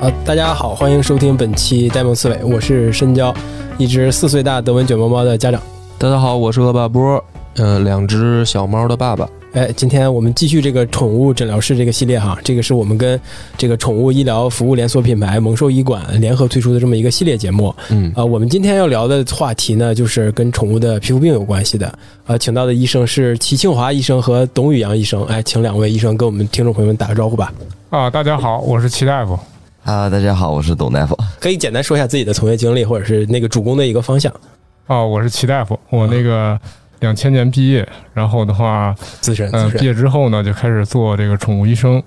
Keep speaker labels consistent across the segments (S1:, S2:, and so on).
S1: 啊，大家好，欢迎收听本期《呆萌刺猬》，我是深交，一只四岁大德文卷毛猫的家长。
S2: 大家好，我是恶霸波，呃，两只小猫的爸爸。
S1: 哎，今天我们继续这个宠物诊疗室这个系列哈，这个是我们跟这个宠物医疗服务连锁品牌蒙兽医馆联合推出的这么一个系列节目。
S2: 嗯，
S1: 啊，我们今天要聊的话题呢，就是跟宠物的皮肤病有关系的。啊，请到的医生是齐庆华医生和董宇阳医生。哎，请两位医生跟我们听众朋友们打个招呼吧。
S3: 啊，大家好，我是齐大夫。
S4: Hello，大家啊好，我是董大夫。
S1: 可以简单说一下自己的从业经历，或者是那个主攻的一个方向。
S3: 啊，我是齐大夫。我那个两千年毕业，然后的话，
S1: 资深，
S3: 嗯、
S1: 资
S3: 毕
S1: 深。
S3: 业之后呢，就开始做这个宠物医生。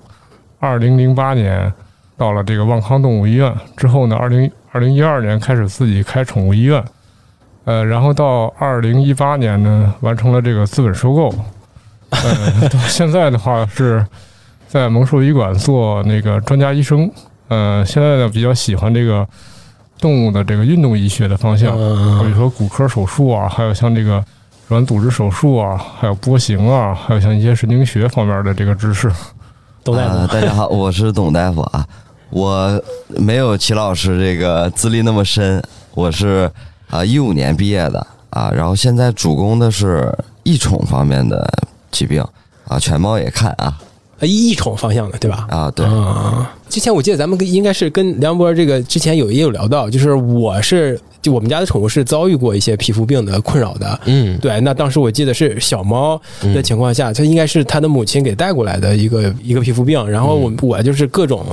S3: 二零零八年到了这个望康动物医院之后呢，二零二零一二年开始自己开宠物医院，呃，然后到二零一八年呢，完成了这个资本收购。呃，到 现在的话是在蒙兽医馆做那个专家医生。呃，现在呢比较喜欢这个动物的这个运动医学的方向。比如
S1: 嗯，
S3: 说骨科手术啊，还有像这个软组织手术啊，还有波形啊，还有像一些神经学方面的这个知识。
S1: 董大
S4: 啊
S1: 夫，
S4: 大家好，我是董大夫啊。我没有齐老师这个资历那么深，我是啊一五年毕业的啊，然后现在主攻的是异宠方面的疾病啊，犬猫也看啊
S1: 哎异宠方向的，对吧？
S4: 啊，对，
S1: 啊，之前我记得咱们跟应该是跟梁博这个之前有也有聊到，就是我是就我们家的宠物是遭遇过一些皮肤病的困扰的。
S2: 嗯，
S1: 对，那当时我记得是小猫的情况下，它应该是它的母亲给带过来的一个一个皮肤病，然后我我就是各种。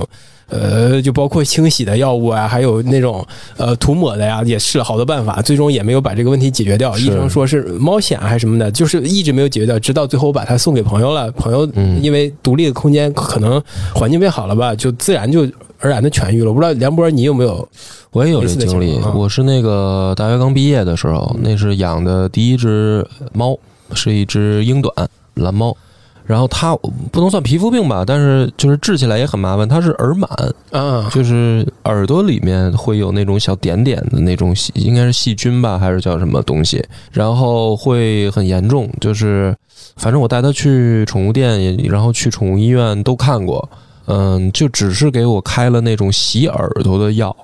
S1: 呃，就包括清洗的药物啊，还有那种呃涂抹的呀，也试了好多办法，最终也没有把这个问题解决掉。医生说是猫癣还是什么的，就是一直没有解决掉，直到最后我把它送给朋友了，朋友
S2: 嗯
S1: 因为独立的空间可能环境变好了吧，就自然就而然的痊愈了。我不知道梁博你有没有
S2: 我也有这经
S1: 类似的
S2: 历
S1: 情。况啊
S2: 我是那个大学刚毕业的时候，那是养的第一只猫，是一只英短蓝猫。然后它不能算皮肤病吧，但是就是治起来也很麻烦。它是耳螨，
S1: 啊？
S2: 就是耳朵里面会有那种小点点的那种细，应该是细菌吧，还是叫什么东西？然后会很严重，就是反正我带它去宠物店，也然后去宠物医院都看过，嗯，就只是给我开了那种洗耳朵的药。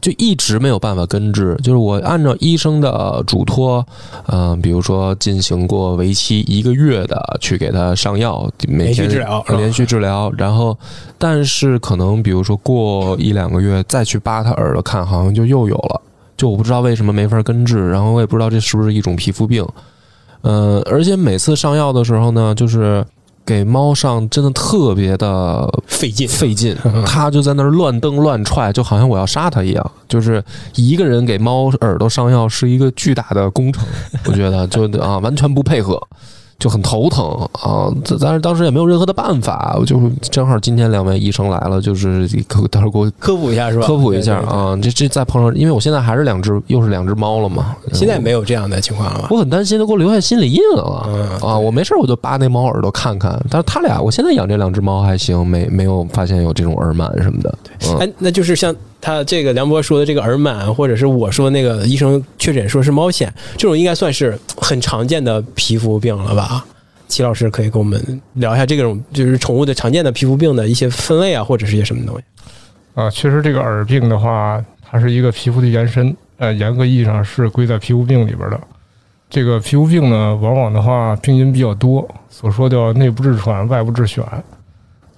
S2: 就一直没有办法根治，就是我按照医生的嘱托，嗯、比如说进行过为期一个月的去给它上药，每
S1: 连续
S2: 天
S1: 治疗
S2: 连续治疗，然后但是可能比如说过一两个月再去扒他耳朵看，好像就又有了，就我不知道为什么没法根治，然后我也不知道这是不是一种皮肤病，呃，而且每次上药的时候呢，就是给猫上真的特别的
S1: 费劲，
S2: 费劲，
S1: 嗯
S2: 它就在那儿乱蹬乱踹，就好像我要杀它一样，就是一个人给猫耳朵上药是一个巨大的 工程，我觉得就啊完全不配合。就很头疼啊，这但是当时也没有任何的办法，我就正好今天两位医生来了，就是给我到时候给我
S1: 科普一下是吧？
S2: 科普一下
S1: 对对对
S2: 啊，这这再碰上，因为我现在还是两只，又是两只猫了嘛，嗯
S1: 现在没有这样的情况了吧？
S2: 我很担心它给我留下心理阴影了。
S1: 嗯
S2: 啊，我没事儿我就扒那猫耳朵看看，但是它俩，我现在养这两只猫还行，没没有发现有这种耳螨什么的。嗯
S1: 哎，那就是像他这个梁博说的这个耳螨，或者是我说那个医生确诊说是猫癣，这种应该算是很常见的皮肤病了吧？齐老师可以跟我们聊一下这种就是宠物的常见的皮肤病的一些分类啊，或者是一些什么东西？
S3: 啊，确实这个耳病的话，它是一个皮肤的延伸，呃，严格意义上是归在皮肤病里边的。这个皮肤病呢，往往的话病因比较多，所说叫内不治喘，外不治癣。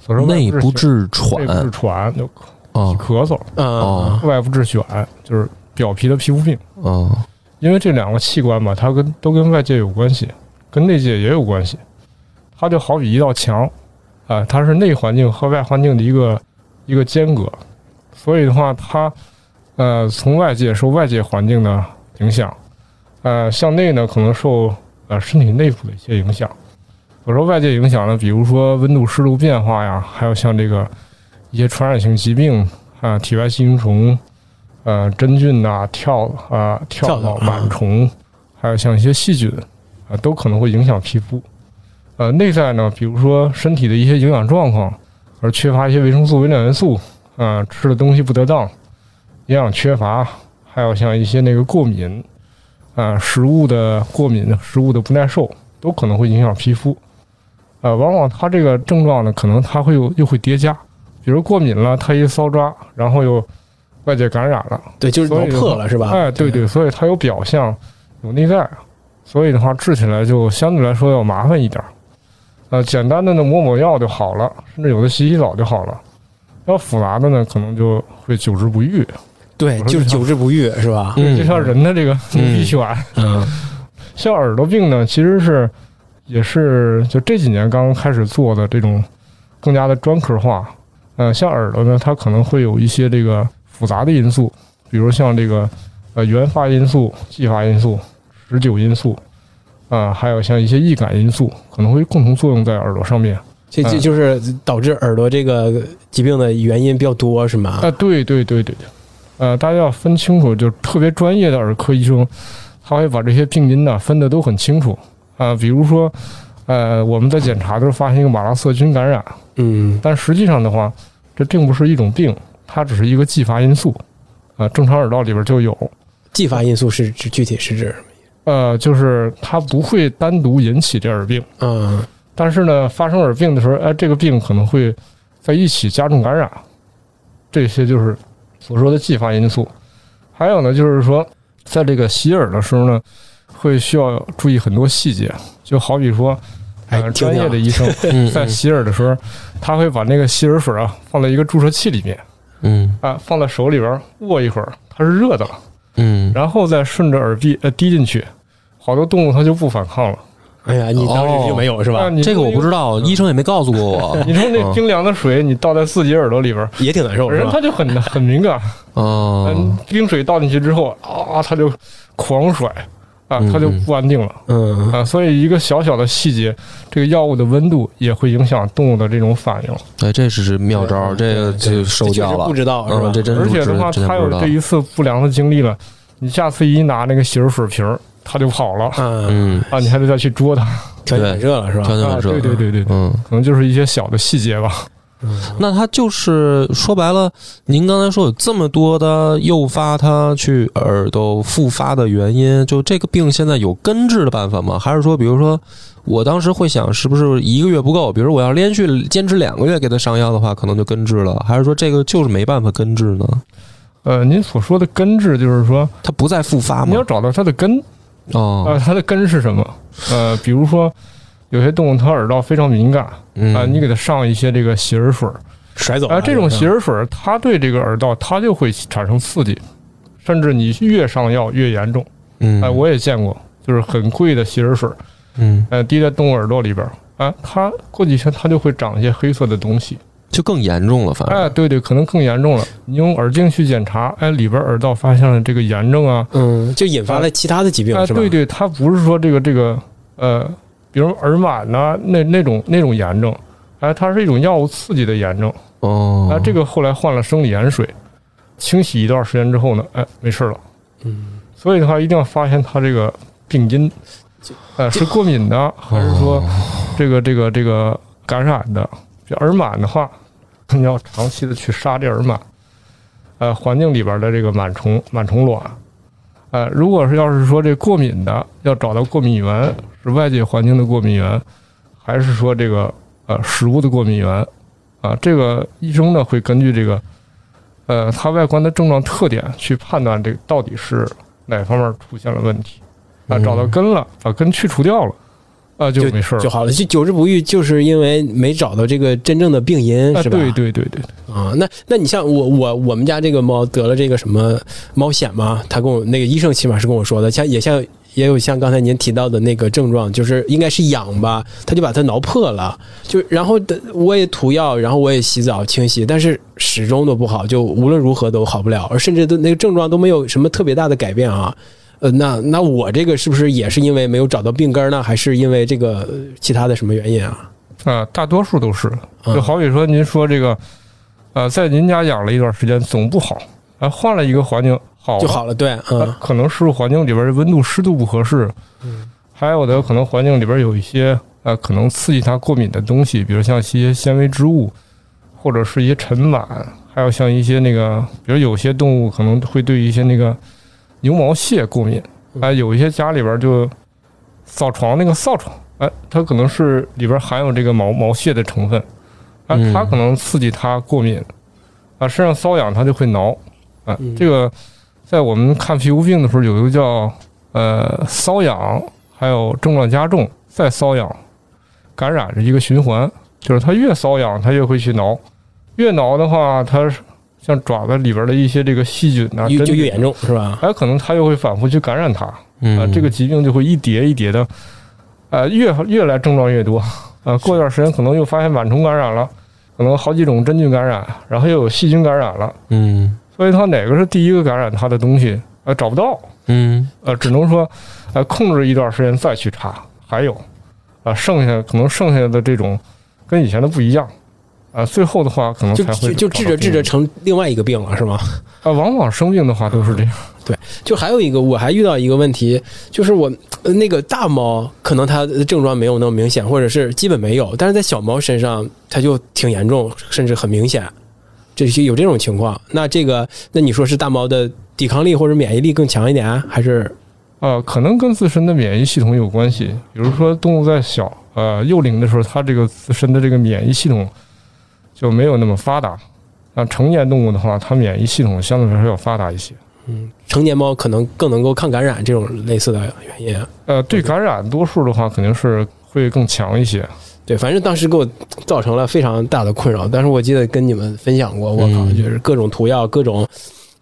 S3: 所说外
S2: 内不
S3: 治
S2: 治
S3: 癣
S2: 喘
S3: 内不治喘就
S2: 啊
S3: 咳嗽，
S1: 啊、
S2: 哦
S3: 外不治癣就是表皮的皮肤病。
S2: 啊
S3: 因为这两个器官吧，它跟都跟外界有关系，跟内界也有关系。它就好比一道墙，啊、它是内环境和外环境的一个一个间隔，所以的话，它呃从外界受外界环境的影响，呃向内呢可能受呃身体内部的一些影响。我说外界影响呢，比如说温度、湿度变化呀，还有像这个一些传染性疾病啊、体外细菌虫、呃真菌呐、跳啊、跳
S1: 跳蚤
S3: 蚤、螨虫，还有像一些细菌啊，都可能会影响皮肤。呃，内在呢，比如说身体的一些营养状况，而缺乏一些维生素、微量元素，啊、吃的东西不得当，营养缺乏，还有像一些那个过敏，啊、食物的过敏、食物的不耐受，都可能啊会影响皮肤。呃，往往它这个症状呢，可能它会有又会叠加，比比如过敏了，它一搔抓，然后又外界感染了，
S1: 对，就是
S3: 所
S1: 挠
S3: 以的
S1: 破
S3: 话
S1: 了是吧？
S3: 哎，对对，所以它有表象，有内在，所以的话治起来就相对来说要麻烦一点儿。呃，简单的呢抹抹药就好了，甚至有的洗洗澡就好了。要复杂的呢，可能就会久治不愈，
S1: 对，就是久治不愈是吧？
S2: 嗯
S3: 就像人的这个牛 皮癣，
S1: 嗯
S3: 像耳朵病呢，其实是也是就这几年刚刚开始做的这种更加的专科化。呃，像耳朵呢，它可能会有一些这个复杂的因素，比如像这个呃原发因素、继发因素、持久因素，啊、还有像一些易感因素，可能会共同作用在耳朵上面。
S1: 这这
S3: 嗯
S1: 就是导致耳朵这个疾病的原因比较多是吗
S3: 啊、？对对对对对，呃，大家要分清楚，就特别专业的耳科医生，他会把这些病因呢分得都很清楚啊、比如说，呃，我们在检查的时候发现一个马拉色菌感染，
S1: 嗯
S3: 但实际上的话，这并不是一种病，它只是一个继发因素，啊、正常耳道里边就有，
S1: 继发因素是指具体是指
S3: 呃，就是它不会单独引起这耳病，
S1: 嗯
S3: 但是呢，发生耳病的时候，哎、这个病可能会在一起加重感染，这些就是所说的继发因素。还有呢，就是说，在这个洗耳的时候呢，会需要注意很多细节，就好比说，
S1: 哎
S3: 呃，
S1: 听听啊
S3: 专业的医生
S2: 嗯
S3: 在洗耳的时候，他会把那个洗耳水啊放在一个注射器里面
S2: 嗯
S3: 啊，放在手里边握一会儿，它是热的了，
S2: 嗯，
S3: 然后再顺着耳壁呃滴进去，好多动物它就不反抗了。
S1: 哎呀，你当时就没有是
S3: 啊
S1: 吧？
S3: 你
S2: 这个
S3: 用
S2: 我
S3: 一
S2: 不知道，医生也没告诉过 我。
S3: 你说那冰凉的水，你倒在自己耳朵里边儿，
S1: 也挺难哦受是
S3: 人
S1: 吧
S3: 他？就很很敏感，嗯
S2: 哦，，
S3: 冰水倒进去之后啊，他就狂甩啊，他就不安定了
S1: 嗯，
S3: 啊，所以一个小小的细节，这个药物的温度也会影响动物的这种反应，
S2: 哎，这是是妙招，
S3: 嗯
S2: 这个就受教
S1: 这确实
S2: 了
S1: 不。知道是吧
S2: 嗯，？这真
S3: 而
S2: 是
S3: 且
S2: 真
S3: 的话，
S2: 真
S3: 他
S2: 不
S3: 有
S2: 知道
S3: 这。一次不良的经历了，你下次一拿那个洗手水瓶儿，他就跑了
S1: 嗯，
S2: 嗯，
S3: 啊，你还得再去捉它啊，
S1: 条件反射了是
S2: 条
S1: 吧？啊
S2: 件反射。
S3: 对对对对，对
S2: 嗯，
S3: 可能就是一些小的细节吧，
S2: 那他就是说白了，您刚才说有这么多的诱发他去耳朵复发的原因，就这个病现在有根治的办法吗？还是说，比如说，我当时会想，是不是一个月不够？比如我要连续坚持两个月给他上药的话，可能就根治了？还是说这个就是没办法根治呢？
S3: 呃，您所说的根治就是说，
S2: 它不再复发
S3: 你
S2: 吗
S3: 要？找到它的根，
S2: 哦，
S3: 呃，它的根是什么？呃，比如说有些动物它耳道非常敏感啊、
S2: 嗯
S3: 你给它上一些这个洗耳水儿，
S1: 甩走
S3: 啊、
S1: 了
S3: 这种洗耳水儿它对这个耳道它就会产生刺激，甚至你越上药越严重。
S2: 嗯，
S3: 哎、我也见过，就是很贵的洗耳水儿，
S2: 嗯，
S3: 呃，滴在动物耳朵里边儿。啊，它过几天它就会长一些黑色的东西，
S2: 就更严重了，反
S3: 哎、
S2: 正。
S3: 对对，可能更严重了。你用耳镜去检查，哎，里边耳道发现了这个炎症啊，
S1: 嗯，就引发了其他的疾病
S3: 啊，
S1: 是吧？
S3: 对对，它不是说这个这个呃，比如耳螨呐、那那种那种炎症，哎、它是一种药物刺激的炎症，
S2: 哦
S3: 啊、，这个后来换了生理盐水，清洗一段时间之后呢，哎、没事了。
S1: 嗯，
S3: 所以的话，一定要发现它这个病因，呃，是过敏的，还是说
S1: 哦
S3: 这个这个这个感染的？这耳螨的话，你要长期的去杀这耳螨，呃，环境里边的这个螨虫、螨虫卵，呃，如果是要是说这过敏的，要找到过敏源，是外界环境的过敏源，还是说这个呃食物的过敏源？啊，这个医生呢会根据这个，呃，它外观的症状特点去判断这个到底是哪方面出现了问题，啊，
S2: 嗯
S3: 找到根了，把根去除掉了，啊，就没事儿
S1: 就
S3: 了。
S1: 好了。就久治不愈，就是因为没找到这个真正的病因
S3: 啊，
S1: 是吧？
S3: 对对对对，
S1: 啊，那那你像我我我们家这个猫得了这个什么猫癣嘛？他跟我那个医生起码是跟我说的，像也像也有像刚才您提到的那个症状，就是应该是痒吧，他就把它挠破了，就然后的我也涂药，然后我也洗澡清洗，但是始终都不好，就无论如何都好不了，而甚至都那个症状都没有什么特别大的改变啊。呃，那那我这个是不是也是因为没有找到病根儿呢？还是因为这个呃其他的什么原因啊？
S3: 啊，大多数都是，
S1: 嗯
S3: 就好比说您说这个，呃，在您家养了一段时间总不好，啊，换了一个环境好
S1: 就
S3: 了
S1: 好了，对，
S3: 它
S1: 嗯
S3: 可能是环境里边儿温度、湿度不合适，还有的可能环境里边儿有一些呃可能刺激它过敏的东西，比如像一些纤维织物，或者是一些尘螨，还有像一些那个，比如有些动物可能会对一些那个牛毛屑过敏，
S1: 嗯
S3: 哎、有一些家里边儿就扫床那个扫床，哎、它可能是里边儿含有这个毛毛屑的成分，啊
S2: 嗯，
S3: 它可能刺激它过敏，啊，身上瘙痒它就会挠，啊
S1: 嗯，
S3: 这个在我们看皮肤病的时候，有一个叫呃瘙痒，还有症状加重再瘙痒，感染是一个循环，就是它越瘙痒它越会去挠，越挠的话，它是像爪子里边的一些这个细菌呐、
S1: 越
S3: 啊真
S1: 就越
S3: 菌，
S1: 严重是吧？
S3: 还有可能它又会反复去感染它，啊、
S2: 嗯，
S3: 这个疾病就会一叠一叠的，呃，越越来症状越多，呃，过一段时间可能又发现螨虫感染了，可能好几种真菌感染，然后又有细菌感染了，
S2: 嗯
S3: 所以它哪个是第一个感染它的东西，呃，找不到，
S2: 嗯
S3: 呃，只能说，呃，控制一段时间再去查，还有，啊、剩下可能剩下的这种跟以前的不一样，啊、最后的话可能
S1: 就
S3: 才
S1: 就
S3: 会
S1: 就治着治着
S3: 啊、
S1: 成另外一个病了是吗？
S3: 呃往往生病的话都是这样，
S1: 就还有一个，我还遇到一个问题，就是我呃那个大猫可能它的症状没有那么明显，或者是基本没有，但是在小猫身上它就挺严重，甚至很明显，这些有这种情况。那这个，那你说是大猫的抵抗力或者免疫力更强一点，还是
S3: 呃，可能跟自身的免疫系统有关系。比如说，动物在小呃幼龄的时候，它这个自身的这个免疫系统就没有那么发达。那成年动物的话，它免疫系统相对来说要发达一些。
S1: 嗯，成年猫可能更能够抗感染这种类似的原因啊？
S3: 呃，对感染，多数的话肯定是会更强一些。
S1: 对，反正当时给我造成了非常大的困扰。但是我记得跟你们分享过，我靠，
S2: 嗯
S1: 就是各种涂药，各种，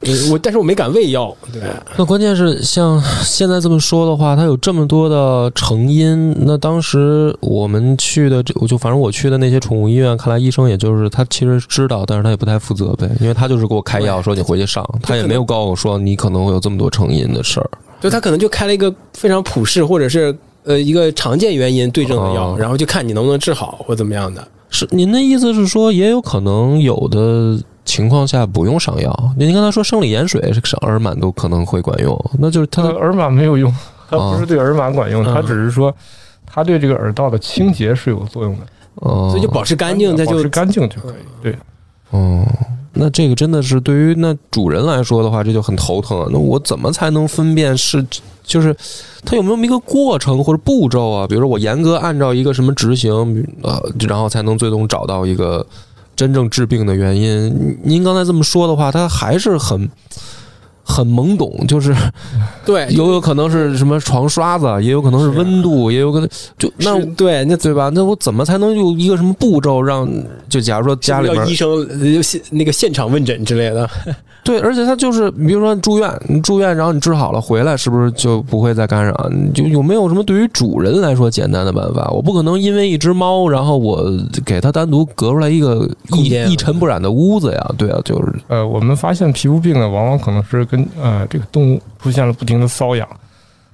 S1: 呃我但是我没敢喂药，对，
S2: 那关键是像现在这么说的话，它有这么多的成因。那当时我们去的，这我就反正我去的那些宠物医院，看来医生也就是他其实知道，但是他也不太负责呗，因为他就是给我开药说你回去上，他也没有告诉我说你可能会有这么多成因的事儿。
S1: 就他可能就开了一个非常普适或者是呃一个常见原因对症的药，
S2: 哦
S1: 然后就看你能不能治好或怎么样的。
S2: 是您的意思是说，也有可能有的情况下不用上药？您刚才说生理盐水是耳螨都可能会管用，那就是它
S3: 它
S2: 的
S3: 耳螨没 有用，啊它
S2: 哦
S3: 不是对耳螨管用，它只是说它对这个耳道的清洁是有作用的，
S2: 哦，
S1: 呃所以就保持干净，它
S3: 呃保
S1: 就嗯
S3: 持干净就可以。对，
S2: 哦，那这个真的是对于那主人来说的话，这就很头疼啊。那我怎么才能分辨是就是它有没有一个过程或者步骤啊？比如说我严格按照一个什么执行，比如呃，然后才能最终找到一个真正治病的原因。您您刚才这么说的话，它还是很。很懵懂，就是
S1: 哎对，啊
S2: 有有可能是什么床刷子，也有可能是温度，也有可能就那
S1: 是对那。
S2: 对吧？那我怎么才能用一个什么步骤让就假如说家里
S1: 是不
S2: 边
S1: 是要医生呃就现那个现场问诊之类的，
S2: 对，而且他就是，比如说住院，你住院，然后你治好了回来，是不是就不会再感染？啊你就有没有什么对于主人来说简单的办法？我不可能因为一只猫，然后我给它单独隔出来一个
S1: 空
S2: 一
S1: 间啊
S2: 一尘不染的屋子呀。对啊，就是
S3: 呃，我们发现皮肤病呢，往往可能是跟呃这个动物出现了不停的瘙痒，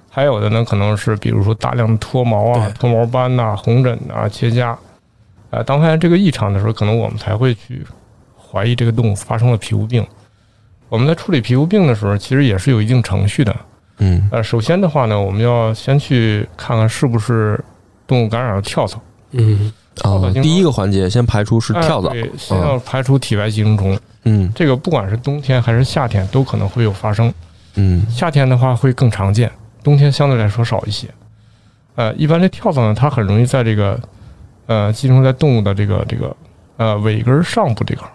S3: 还有的呢可能是比如说大量的脱毛啊
S1: 对、
S3: 脱毛斑呐、红疹呐、结痂。呃，当发现这个异常的时候，可能我们才会去怀疑这个动物发生了皮肤病。我们在处理皮肤病的时候，其实也是有一定程序的。
S2: 嗯
S3: 呃，首先的话呢，我们要先去看看是不是动物感染了跳蚤。
S1: 嗯，
S2: 啊
S3: 跳蚤，经
S2: 第一个环节先排除是跳蚤
S3: 哎，对，先要排除体外寄生虫。
S2: 嗯
S3: 这个不管是冬天还是夏天，都可能会有发生。
S2: 嗯
S3: 夏天的话会更常见，冬天相对来说少一些。呃，一般这跳蚤呢，它很容易在这个呃寄生在动物的这个这个呃尾根上部这块儿，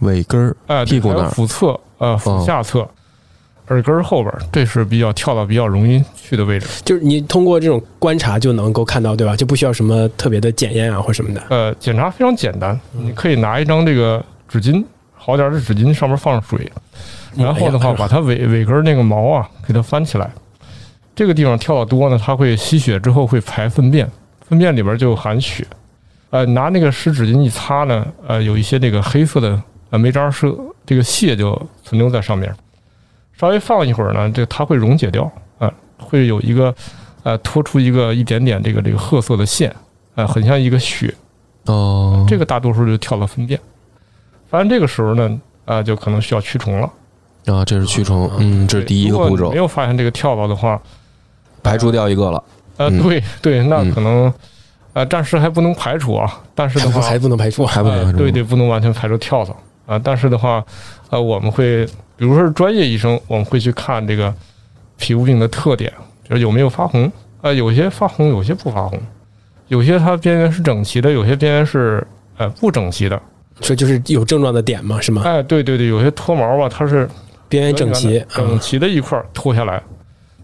S2: 尾根儿，
S3: 呃，对
S2: 屁股
S3: 还有
S2: 那儿
S3: 腹侧，呃，
S2: 哦
S3: 腹下侧。耳根儿后边儿，这是比较跳蚤比较容易去的位置。
S1: 就是你通过这种观察就能够看到，对吧？就不需要什么特别的检验啊或什么的。
S3: 呃，检查非常简单，你可以拿一张这个纸巾，好点儿的纸巾，上面放上水，然后的
S1: 哎
S3: 话
S1: 呀
S3: 把它尾尾根儿那个毛啊给它翻起来。这个地方跳蚤多呢，它会吸血之后会排粪便，粪便里边就含血。呃，拿那个湿纸巾一擦呢，呃，有一些这个黑色的呃煤渣是这个屑就存留在上面，稍微放一会儿呢，这它会溶解掉，啊、会有一个呃拖出一个一点点这个这个褐色的线，啊、很像一个血。
S2: 哦，
S3: 这个大多数就跳蚤粪便。发现这个时候呢，啊、就可能需要驱虫了。
S2: 个啊，这是驱虫，嗯，这是
S3: 对
S2: 第一个
S3: 如果
S2: 步
S3: 你
S2: 骤
S3: 没，有发现这个跳蚤的话，
S2: 排除掉一个了。
S3: 呃，
S2: 嗯
S3: 对对，那
S2: 嗯
S3: 可能，呃，暂时还不能排除啊。但是的话，
S1: 还不能排除，啊嗯还
S2: 不能
S3: 呃
S2: 排除
S3: 对对，不能完全排除跳蚤啊、但是的话，呃，我们会，比如说是专业医生，我们会去看这个皮肤病的特点，就是有没有发红。呃，有些发红，有些不发红，有些它边缘是整齐的，有些边缘是呃不整齐的。
S1: 这就是有症状的点嘛，
S2: 嗯
S1: 是吗？
S3: 哎，对对对，有些脱毛吧，它是
S1: 边缘哎整齐，啊嗯
S3: 整齐的一嗯块儿脱下来，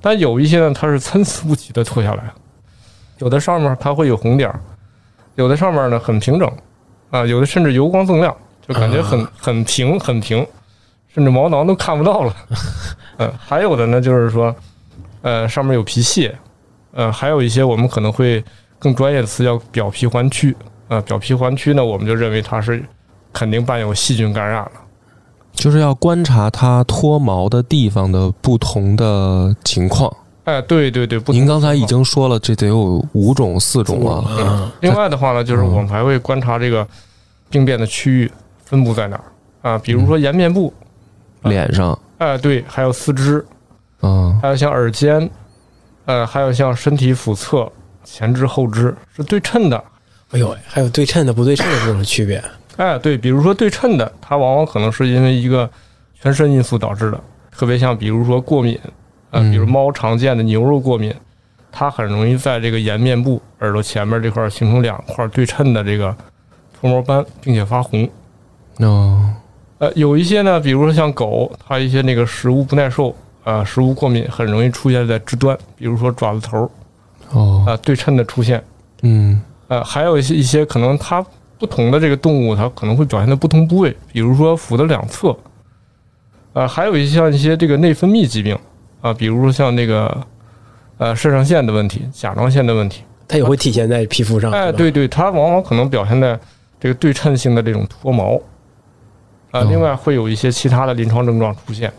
S3: 但有一些呢，它是参差不齐的脱下来，有的上面它会有红点儿，有的上面呢很平整，啊，有的甚至油光锃亮，就感觉
S1: 啊
S3: 很很平很平，甚至毛囊都看不 到了。嗯，还有的呢就是说，呃，上面有皮屑，呃，还有一些我们可能会更专业的词叫表皮环区，啊，表皮环区呢，我们就认为它是肯定伴有细菌感染了。
S2: 就是要观察它脱毛的地方的不同的情况。
S3: 哎，对对对，不同
S2: 您刚才已
S3: 情
S2: 经
S3: 况
S2: 说了，这得有五种、四种了。
S1: 嗯，
S3: 另外的话呢，就是我们还会观察这个病变的区域分布在哪儿啊，比如说颜面部，嗯
S2: 脸上，
S3: 哎、对，还有四肢，
S2: 嗯，
S3: 还有像耳尖，呃，还有像身体腹侧、前肢、后肢是对称的。
S1: 哎呦喂，还有对称的、不对称的这种区别，
S3: 哎、对，比如说对称的，它往往可能是因为一个全身因素导致的，特别像比如说过敏，啊，
S2: 嗯
S3: 比如猫常见的牛肉过敏，它很容易在这个颜面部、耳朵前面这块儿形成两块对称的这个脱毛斑，并且发红。
S2: 哦，
S3: 呃，有一些呢，比如说像狗，它一些那个食物不耐受啊、食物过敏，很容易出现在肢端，比如说爪子头儿啊、
S2: 哦，
S3: 对称的出现。
S2: 嗯，
S3: 呃，还有一些一些可能它不同的这个动物，它可能会表现在不同部位，比如说腹的两侧。呃，还有一些像一些这个内分泌疾病啊、比如说像那个呃肾上腺的问题、甲状腺的问题。
S1: 它也会体现在皮
S2: 啊
S1: 肤上。
S3: 哎，
S1: 是吧，
S3: 对对，它往往可能表现在这个对称性的这种脱毛，啊，
S2: 哦
S3: 另外会有一些其他的临床症状出现。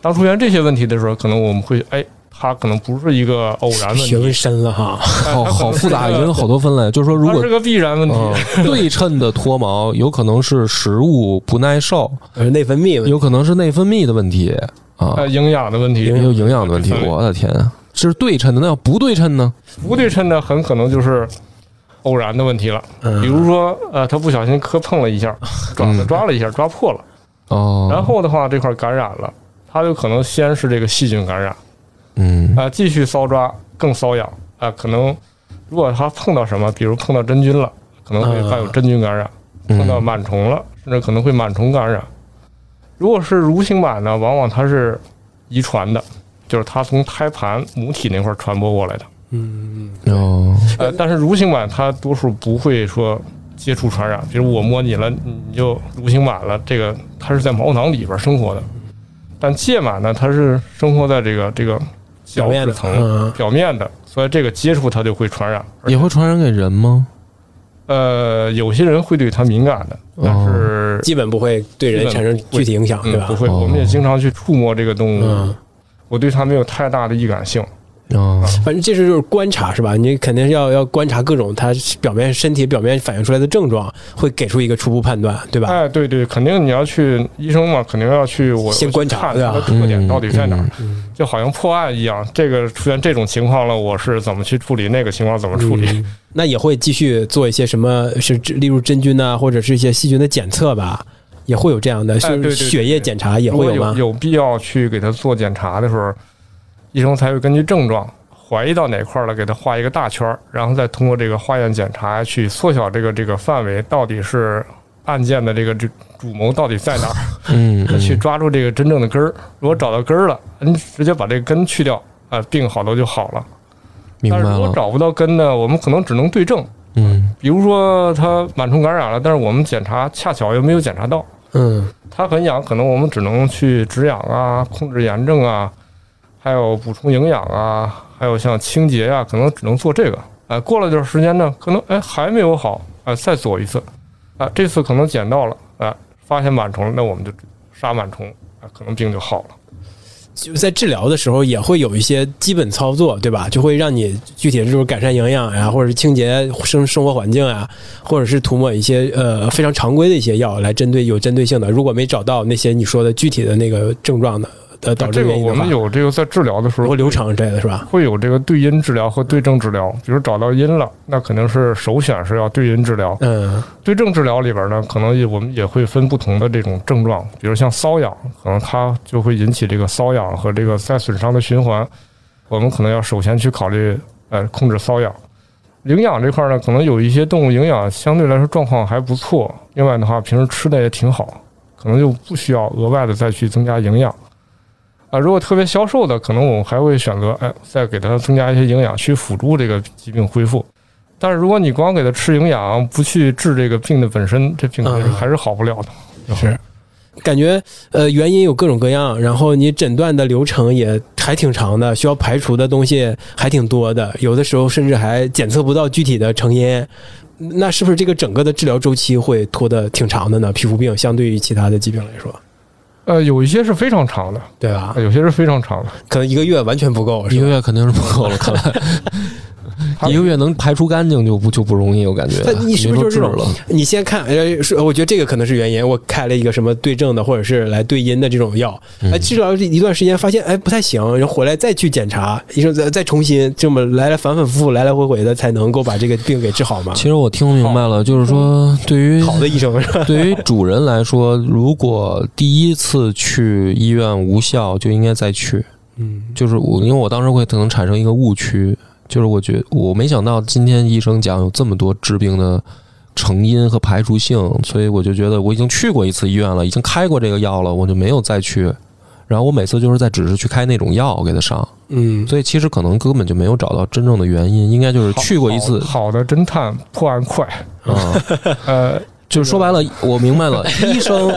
S3: 当出现这些问题的时候，可能我们会哎，它可能不是一个偶然问
S1: 学
S3: 题，
S1: 问深了哈。
S2: 好
S3: 它可能
S2: 好复杂，
S3: 是
S2: 已
S3: 个
S2: 经有好多分类。就是说，如
S3: 它
S2: 果
S3: 是个必然问题。
S2: 嗯，对称的脱毛有可能是食物不耐受，
S1: 呃，内分泌
S2: 有可能是内分泌的问题啊
S3: 呃，，营养的问题
S2: 也有营养的问题。
S3: 分类
S2: 我的天啊，这是对称的，那要不对称呢？
S3: 不对称的很可能就是偶然的问题了。
S1: 嗯
S3: 比如说，呃，它不小心磕碰了一下，爪子
S2: 嗯
S3: 抓了一下，抓破了，
S2: 哦，
S3: 然后的话这块感染了，它有可能先是这个细菌感染，
S2: 嗯
S3: 啊、继续搔抓更瘙痒啊、可能如果它碰到什么，比如碰到真菌了，可能
S1: 啊
S3: 会伴有真菌感染；碰到
S2: 嗯
S3: 螨虫了，甚至可能会螨虫感染。如果是蠕形螨呢，往往它是遗传的，就是它从胎盘母体那块儿传播过来的。
S1: 嗯，
S2: 哦，
S3: 呃，但是蠕形螨它多数不会说接触传染，比如我摸你了，你就蠕形螨了，这个它是在毛囊里边儿生活的。但疥螨呢，它是生活在这个这个
S1: 表
S3: 角
S1: 面
S3: 质
S1: 的
S3: 层
S1: 嗯
S3: 表面的，所以这个接触它就会传染。
S2: 也会传染给人吗？
S3: 呃，有些人会对它敏感的，
S1: 哦
S3: 但是
S1: 基本不会对人产生具体影响，对
S3: 嗯
S1: 吧
S3: 不？会。
S2: 哦
S3: 我们也经常去触摸这个动
S1: 啊嗯
S3: 物，，我对它没有太大的易感性。
S2: 哦，
S3: 啊
S1: 反正这是就是观察是吧？你肯定是要要观察各种它表面身体表面反映出来的症状，会给出一个初步判断，对吧？
S3: 哎，对对，肯定你要去医生嘛，肯定要去我
S1: 先观察
S3: 我去看它的特点到底在哪儿
S2: 嗯，
S3: 就好像破案一样。这个出现这种情况了，我是怎么去处理？那个情况怎么处理？
S1: 嗯那也会继续做一些什么是例如真菌呐、啊或者是一些细菌的检测吧，也会有这样的，
S3: 对哎对
S1: 就
S3: 对
S1: 是血液检查也
S3: 如
S1: 会
S3: 果
S1: 吗
S3: 有？有必要去给他做检查的时候，医生才会根据症状怀疑到哪块儿了，给他画一个大圈儿，然后再通过这个化验检查去缩小这个这个范围，到底是案件的这个这主谋到底在哪儿。
S2: 嗯，
S3: 去
S2: 嗯
S3: 抓住这个真正的根儿。如果找到根儿了，你直接把这个根去掉，啊，病好了就好了。
S2: 明白
S3: 但是如果
S2: 了，
S3: 找不到根呢，我们可能只能对症，
S2: 嗯
S3: 比如说它螨虫感染了，但是我们检查恰巧又没有检查到，
S1: 嗯，
S3: 它很痒，可能我们只能去止痒啊，控制炎症啊，还有补充营养啊，还有像清洁啊，可能只能做这个。哎，过了段时间呢，可能哎还没有好，哎再做一次，啊，这次可能捡到了，哎，发现螨虫了，那我们就杀螨虫，啊，可能病就好了。
S1: 就在治疗的时候也会有一些基本操作，对吧？就会让你具体的就是改善营养呀、或者是清洁生生活环境啊，或者是涂抹一些呃非常常规的一些药来针对有针对性的。如果没找到那些你说的具体的那个症状的呃导致
S3: 哎这个
S1: 原因
S3: 我
S1: 的话
S3: 们，有这个在治疗的时
S1: 包
S3: 候
S1: 括流程之类的是吧？
S3: 会有这个对因治疗和对症治疗，比如找到因了，那肯定是首选是要对因治疗。
S1: 嗯
S3: 对症治疗里边呢，可能也我们也会分不同的这种症状，比如像瘙痒，可能它就会引起这个瘙痒和这个再损伤的循环，我们可能要首先去考虑呃控制瘙痒。营养这块儿呢，可能有一些动物营养相对来说状况还不错，另外的话平时吃的也挺好，可能就不需要额外的再去增加营养。啊，如果特别消瘦的，可能我们还会选择，哎，再给它增加一些营养去辅助这个疾病恢复。但是如果你光给它吃营养，不去治这个病的本身，这病还是
S1: 嗯
S3: 还是好不了的。
S1: 是，感觉呃原因有各种各样，然后你诊断的流程也还挺长的，需要排除的东西还挺多的，有的时候甚至还检测不到具体的成因。那是不是这个整个的治疗周期会拖得挺长的呢？皮肤病相对于其他的疾病来说，
S3: 呃，有一些是非常长的，
S1: 对吧？
S3: 有些是非常长的。
S1: 可能一个月完全不够，
S2: 一
S1: 是
S2: 个
S1: 吧？
S2: 月肯定是不够了，看来一个月能排除干净就不就不容易，我感觉啊
S1: 那。你是不是就是
S2: 别说治
S1: 这种
S2: 了？
S1: 你先看，呃，是我觉得这个可能是原因。我开了一个什么对症的，或者是来对因的这种药，哎，治疗一段时间发现哎不太行，然后回来再去检查，医生呃再再重新这么来来反反复复、来来回回的，才能够把这个病给治好嘛。
S2: 其实我听明白了，就是说，对于
S1: 好的医生是吧？
S2: 对于主人来说，如果第一次去医院无效，就应该再去。
S1: 嗯，
S2: 就是我，因为我当时会可能产生一个误区，就是我觉我没想到今天医生讲有这么多治病的成因和排除性，所以我就觉得我已经去过一次医院了，已经开过这个药了，我就没有再去。然后我每次就是在只是去开那种药给他上，
S1: 嗯，
S2: 所以其实可能根本就没有找到真正的原因，应该就是
S3: 好
S2: 去过一次
S3: 好好的侦探破案快。
S2: 啊、
S3: 呃，
S2: 就是说白了，我明白了，医生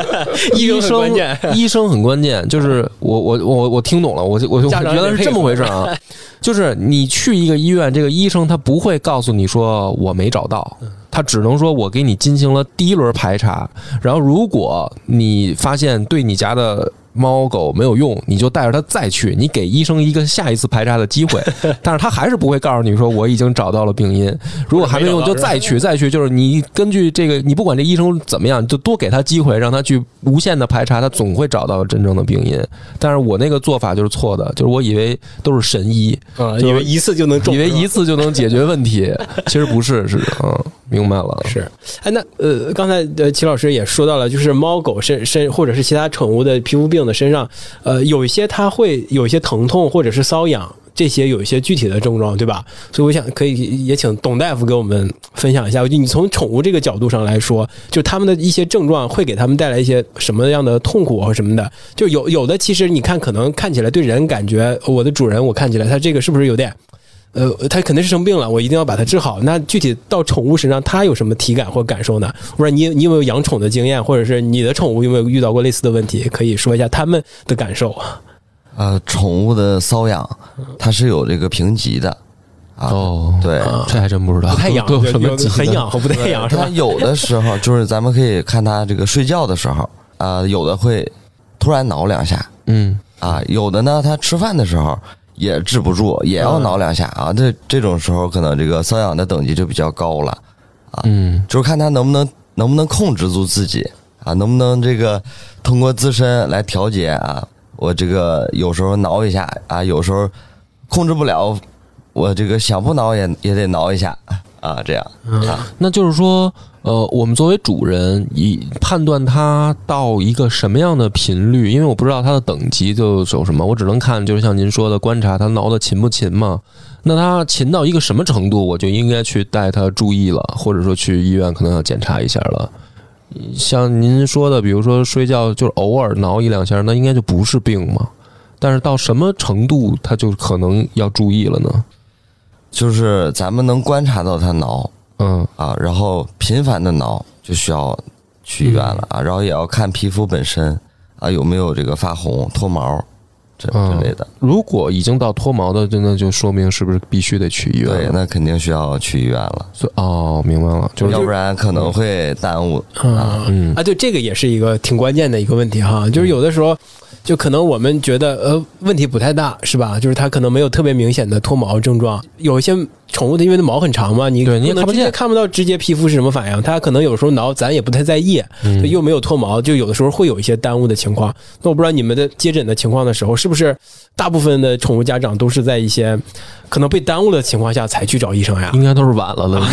S2: 医
S1: 医生很关
S2: 生
S1: 键
S2: 医生很关键，就是我我我我听懂了，我就我就我
S1: 家长
S2: 觉
S1: 也
S2: 得是
S1: 配
S2: 这么
S1: 合
S2: 回事啊， 就是你去一个医院，这个医生他不会告诉你说我没找到，他只能说我给你进行了第一轮排查，然后如果你发现对你家的。猫狗没有用，你就带着它再去，你给医生一个下一次排查的 机会，但是他还是不会告诉你说我已经找到了病因，如果还没用，就 再去再去，就是你根据这个，你不管这医生怎么样，就多给他机会，让他去无限的排查，他总会找到真正的病因。但是我那个做法就是错的，就是我以为都是神医，
S1: 啊，
S2: 就是
S1: 以为一次就 能中，
S2: 以为
S1: 是吧
S2: 一次就能解决问 题，其实不是，是嗯，明白了，
S1: 是，哎，那呃，刚才呃，齐老师也说到了，就是猫狗身身或者是其他宠物的皮肤病的身上，呃，有一些它会有一些疼痛或者是瘙痒，这些有一些具体的症状，对吧？所以我想可以也请董大夫给我们分享一下，就你从宠物这个角度上来说，就他们的一些症状会给他们带来一些什么样的痛苦和什么的？就有有的其实你看可能看起来对人感觉，我的主人我看起来他这个是不是有点呃，它肯定是生病了，我一定要把它治好。那具体到宠物身上，它有什么体感或感受呢？或者你你有没有养宠的经验，或者是你的宠物有没有遇到过类似的问题？可以说一下他们的感受啊。
S4: 呃，宠物的瘙痒，它是有这个评级的啊。
S2: 哦，，
S4: 对，
S1: 嗯
S2: 这还真不知道，
S1: 不太痒，
S2: 都有
S1: 有
S2: 什么
S1: 有
S2: 急的
S1: 很痒，和不太痒是
S4: 它
S1: 吧？
S4: 有的时候就是咱们可以看它这个睡觉的时候啊、有的会突然挠两下
S2: 嗯，
S4: 啊，有的呢它吃饭的时候也治不住，也要挠两下啊。这这种时候可能这个瘙痒的等级就比较高了，
S2: 嗯，
S4: 就是看它能不能能不能控制住自己啊，能不能这个通过自身来调节啊。我这个有时候挠一下啊，有时候控制不了，我这个想不挠也也得挠一下啊，这样啊。
S2: 那就是说，呃，我们作为主人，以判断它到一个什么样的频率，因为我不知道它的等级就有什么，我只能看，就是像您说的，观察它挠的勤不勤嘛。那它勤到一个什么程度，我就应该去带它注意了，或者说去医院可能要检查一下了。像您说的，比如说睡觉就是偶尔挠一两下，那应该就不是病嘛。但是到什么程度，它就可能要注意了呢？
S4: 就是咱们能观察到它挠
S2: 嗯，
S4: 啊，然后频繁的挠就需要去医院了
S2: 嗯
S4: 啊，然后也要看皮肤本身啊有没有这个发红、脱毛这
S2: 嗯
S4: 之类的。
S2: 如果已经到脱毛的，就那就说明是不是必须得去医院
S4: 对，
S2: 了？
S4: 那肯定需要去医院了，
S2: 所以哦，明白了，就是
S4: 要不然可能会耽误。
S1: 嗯，
S2: 嗯
S1: 啊，对，这个也是一个挺关键的一个问题哈，就是有的时候，就可能我们觉得呃问题不太大是吧？就是它可能没有特别明显的脱毛症状，有一些宠物的因为它毛很长嘛，你
S2: 对你也
S1: 可能
S2: 看不
S1: 直接
S2: 见
S1: 看不到直接皮肤是什么反应，它可能有时候挠咱也不太在意，
S2: 嗯
S1: 就又没有脱毛，就有的时候会有一些耽误的情况。那我不知道你们的接诊的情况的时候，是不是大部分的宠物家长都是在一些可能被耽误的情况下才去找医生呀？
S2: 应该都是晚了了，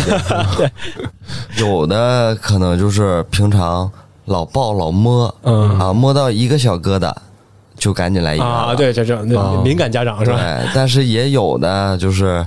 S2: 已经
S4: 有的可能就是平常老抱老摸，
S1: 嗯
S4: 啊，摸到一个小疙瘩就赶紧来医院了
S1: 啊，对，这这
S2: 啊
S1: 敏感家长是吧？
S4: 对，但是也有的就是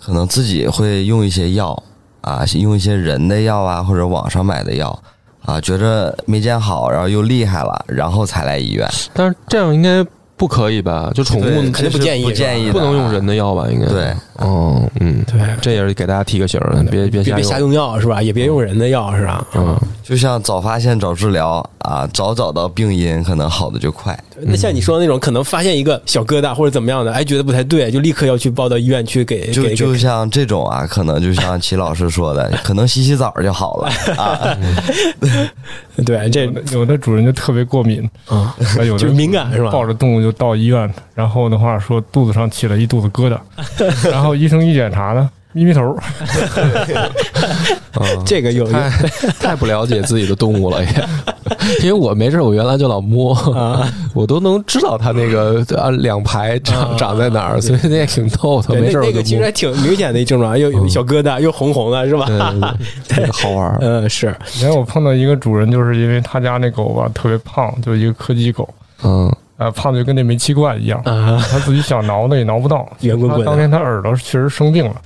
S4: 可能自己会用一些药啊，用一些人的药啊，或者网上买的药啊，觉着没见好，然后又厉害了，然后才来医院。
S2: 但是这样应该不可以吧？就宠
S4: 对
S2: 物
S1: 肯定不建议
S4: 不建议，
S2: 不能用人。的药吧？应该
S4: 对，
S2: 哦，嗯，
S1: 对，
S2: 这也是给大家提个醒儿，别别
S1: 别
S2: 瞎
S1: 别瞎用药是吧？也别用人的药是吧？
S2: 嗯，
S4: 就像早发现早治疗啊，早找到病因，可能好的就快。
S1: 那像你说的那种，可能发现一个小疙瘩或者怎么样的，哎，觉得不太对，就立刻要去报到医院去给
S4: 就
S1: 给
S4: 就
S1: 给
S4: 像这种啊，可能就像齐老师说的，可能洗洗澡就好 了啊。
S1: 对，这
S3: 有的有的主人就特别过敏，
S1: 啊，
S3: 啊有的
S1: 就是敏感是吧？
S3: 抱着动物就到医院，然后的话说肚子上起了一肚子疙 瘩，然后医生一检查呢，咪咪头儿，
S2: 嗯
S1: 这个有
S2: 太太不了解自己的动物了也，因为我没事儿，我原来就老摸，
S1: 啊，
S2: 我都能知道它那个啊两排长
S1: 啊
S2: 长在哪儿，所以那也挺逗的。
S1: 对，
S2: 没事
S1: 那
S2: 儿
S1: 那
S2: 我就
S1: 个其实
S2: 摸
S1: 还，挺明显的一症状，又有
S2: 嗯
S1: 小疙瘩，又红红的是吧？
S2: 对对对，好玩儿。
S1: 嗯，是
S3: 以前我碰到一个主人，就是因为他家那狗吧特别胖，就是一个柯基狗，
S2: 嗯，
S3: 啊、胖的就跟那煤气罐一样，
S1: 啊，
S3: 他自己想挠呢也挠不到，
S1: 圆滚
S3: 他
S1: 滚
S3: 当
S1: 的，
S3: 天他耳朵确实生病了，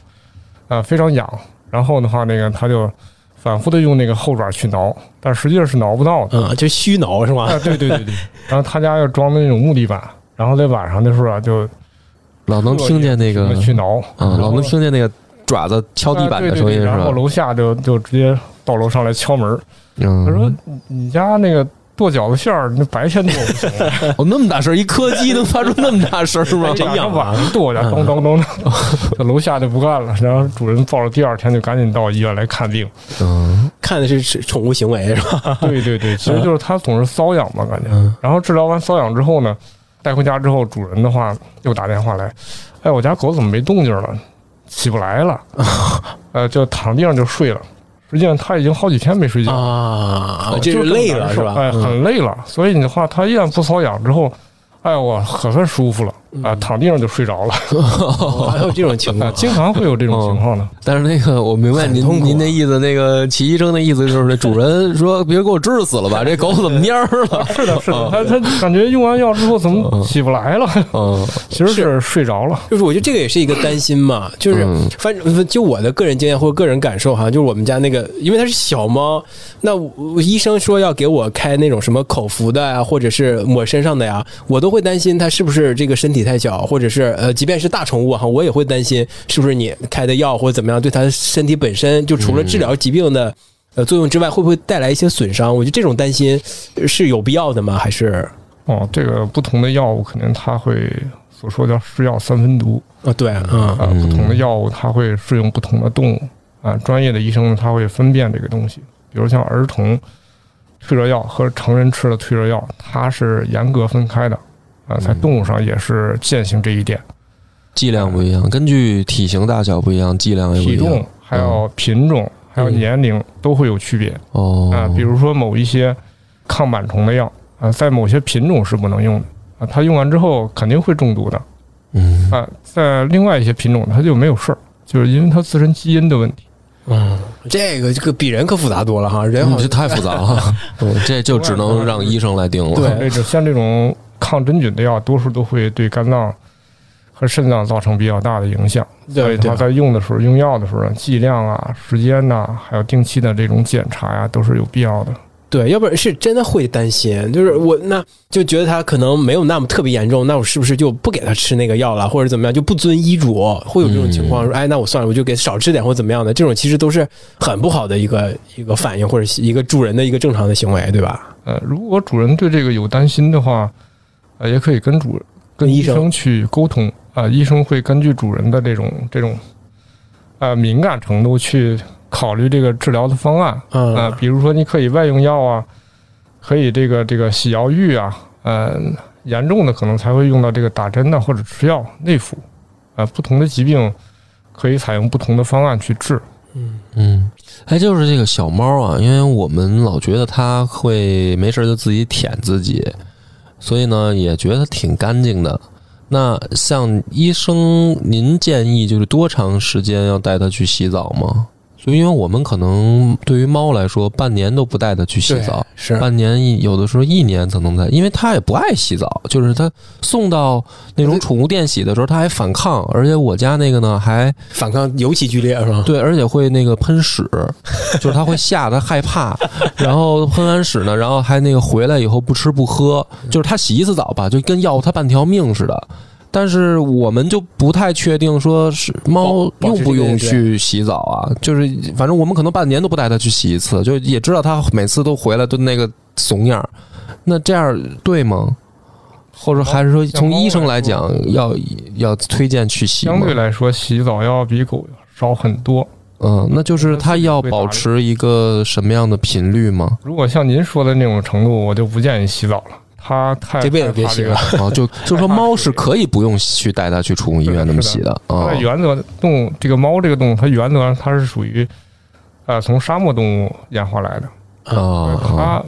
S3: 啊、非常痒。然后的话，那个他就反复的用那个后爪去挠，但实际上是挠不到的。
S1: 嗯，就虚挠是
S3: 啊
S1: 吧？，
S3: 对对对对。然后他家又装的那种木地板，然后在晚上的时候啊，就
S2: 老能听见那个
S3: 这么去挠，
S2: 啊，老能听见那个爪子敲地板的声音
S3: 啊对对对
S2: 是
S3: 然
S2: 吧
S3: 后？楼下就就直接到楼上来敲门，
S2: 嗯，
S3: 他说：“你你家那个剁饺子馅儿，那白 天剁不行，
S2: 哦，那么大声儿，一柯基能发出那么大声儿 吗？
S1: 真痒
S3: 晚
S1: 啊！
S3: 上剁呀，
S2: 嗯
S3: 咚咚咚咚。” 这楼下就不干了，然后主人抱着第二天就赶紧到医院来看病。
S2: 嗯，
S1: 看的是宠物行为是吧？
S3: 对对对，其实就是它总是瘙痒嘛，感觉。
S1: 嗯
S3: 然后治疗完瘙痒之后呢，带回家之后，主人的话又打电话来，哎，我家狗怎么没动静了？起不来了， 呃，就躺地上就睡了。实际上它已经好几天没睡觉，
S1: 啊，这
S3: 就是很
S1: 累
S3: 难
S1: 了是
S3: 受
S1: 吧？
S3: 哎，
S1: 嗯
S3: 很累了。所以你的话，它一旦不瘙痒之后，哎，我可算舒服了
S1: 嗯
S3: 啊，躺地上就睡着了。
S1: 哦还有这种情
S3: 啊，
S1: 况，
S3: 经常会有这种情况
S1: 嗯
S3: 的。
S2: 但是那个我明白
S1: 很
S2: 您
S1: 痛苦啊
S2: 您的意思，那个齐医生的意思就是，那主人说别给我治死了吧，这狗怎么蔫儿 了？
S3: 是的，是的，它它感觉用完药之后怎么起不来了？
S2: 嗯
S3: 其实是睡着了。
S1: 就是我觉得这个也是一个担心嘛，就是
S2: 嗯
S1: 反正呃就我的个人经验或者个人感受哈，就是我们家那个，因为它是小猫，那我医生说要给我开那种什么口服的呀，或者是抹身上的呀，我都会担心它是不是这个身体太小，或者是呃，即便是大宠物哈，我也会担心是不是你开的药或者怎么样对它身体本身就除了治疗疾病的。呃，作用之外会不会带来一些损伤？我觉得这种担心呃是有必要的吗？还是
S3: 哦，这个不同的药物肯定它会所说叫是药三分毒
S1: 啊，对，嗯
S3: 啊，
S2: 嗯
S3: 不同的药物它会适用不同的动物啊，专业的医生呢他会分辨这个东西，比如像儿童退热药和成人吃的退热药，它是严格分开的啊，在
S2: 嗯
S3: 动物上也是践行这一点，
S2: 剂量不一样，根据体型大小不一样，剂量也不
S3: 体
S2: 一样嗯
S3: 重。还有品种还有年龄都会有区别
S2: 哦
S3: 啊，比如说某一些抗螨虫的药啊，在某些品种是不能用的啊，它用完之后肯定会中毒的。
S2: 嗯
S3: 啊，在另外一些品种它就没有事儿，就是因为它自身基因的问题。
S1: 嗯，这个这个比人可复杂多了哈，人好
S2: 嗯，
S1: 像
S2: 这太复杂 了，嗯这就只能让医生来定了。
S1: 对
S3: 这种像这种抗真菌的药，多数都会对肝脏和肾脏造成比较大的影响，所以它在用的时候、用药的时候，剂量啊、时间呐、还有定期的这种检查呀、都是有必要的。
S1: 对，要不然是真的会担心，就是我那就觉得他可能没有那么特别严重，那我是不是就不给他吃那个药了，或者怎么样，就不遵医嘱，会有这种情况，说哎，那我算了，我就给少吃点或怎么样的，这种其实都是很不好的一个一个反应或者是一个助人的一个正常的行为，对吧？
S3: 呃，如果主人对这个有担心的话，呃，也可以跟主跟
S1: 医
S3: 医
S1: 生
S3: 生去沟通啊、医生会根据主人的这种这种呃敏感程度去考虑这个治疗的方案。
S1: 嗯
S3: 啊，比如说你可以外用药啊，可以这个这个洗药浴啊，呃，严重的可能才会用到这个打针呐、或者吃药内服，啊、不同的疾病可以采用不同的方案去治。
S2: 嗯，哎，就是这个小猫啊，因为我们老觉得它会没事儿就自己舔自己，所以呢也觉得挺干净的。那像医生，您建议就是多长时间要带它去洗澡吗？就因为我们可能对于猫来说，半年都不带它去洗
S1: 对
S2: 澡，
S1: 是
S2: 半年一有的时候一年才能在，因为它也不爱洗澡，就是它送到那种宠物店洗的时候，它还反抗，而且我家那个呢还
S1: 反抗尤其剧烈是吧？
S2: 对，而且会那个喷屎，就是它会吓，它害怕，然后喷完屎呢，然后还那个回来以后不吃不喝，就是它洗一次澡吧，就跟要它半条命似的。但是我们就不太确定，说是猫
S1: 保保
S2: 用
S1: 持这
S2: 不
S1: 个
S2: 用
S1: 对
S2: 去洗澡啊？就是反正我们可能半年都不带它去洗一次，就也知道它每次都回来都那个怂样儿。那这样对吗？或者还是说
S3: 像
S2: 从
S3: 猫
S2: 医生
S3: 来
S2: 来
S3: 说
S2: 讲，要要推荐去洗吗？
S3: 相对来说，洗澡要比狗少很多。
S2: 嗯，那就是它要保持一个什么样的频率吗？
S3: 如果像您说的那种程度，我就不建议洗澡了。它太
S1: 这辈子别洗了
S3: 害怕
S2: 哦， 就就说猫是可以不用去带它去宠物医院那么洗的
S3: 这个。
S2: 啊
S1: 哦
S3: 它的。原则动物，这个猫这个动物，它原则上它是属于，呃，从沙漠动物演化来的。
S1: 哦
S2: 啊
S3: 它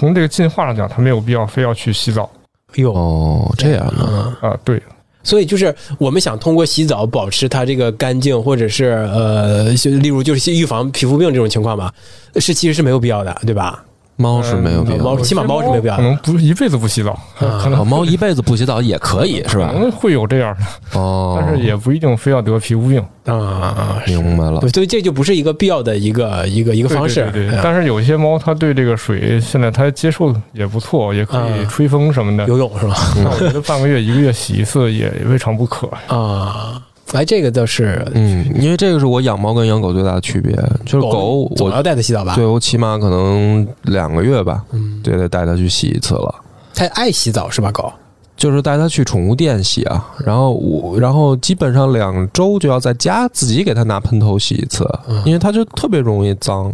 S3: 从这个进化上讲，它没有必要非要去洗澡
S1: 有，
S2: 哦，这样啊，
S1: 嗯，
S3: 啊、对，
S1: 所以就是我们想通过洗澡保持它这个干净，或者是呃，就例如就是预防皮肤病这种情况吧，是其实是没有必要的，对吧？
S2: 猫是没有必
S1: 嗯
S2: 要
S1: 猫起码猫是没必要
S3: 可
S1: 的
S3: 能不一辈子不洗澡，
S1: 啊
S3: 呃可
S2: 的。哦
S3: 能
S2: 猫一辈子不洗澡也可以是
S3: 可
S2: 吧？
S3: 能会有这样的，
S2: 哦，
S3: 但是也不一定非要得皮肤病。
S1: 啊，
S2: 明白了
S1: 对，。所以这就不是一个必要的一个一个一个
S3: 对
S1: 方式。
S3: 对对对
S1: 嗯
S3: 但是有一些猫，它对这个水现在它接受也不错，也可
S1: 啊
S3: 以吹风什么的。
S1: 游泳是吧？
S3: 那我觉得半个月、一个月洗一次也未尝不可。
S1: 啊，哎，这个倒是
S2: 嗯，因为这个是我养猫跟养狗最大的区别，就是狗
S1: 总
S2: 我
S1: 要带它洗澡吧
S2: 对？我起码可能两个月吧，对得带它去洗一次了。
S1: 它爱洗澡是吧？狗
S2: 就是带它去宠物店洗啊，然后我，然后基本上两周就要在家自己给它拿喷头洗一次，因为它就特别容易脏，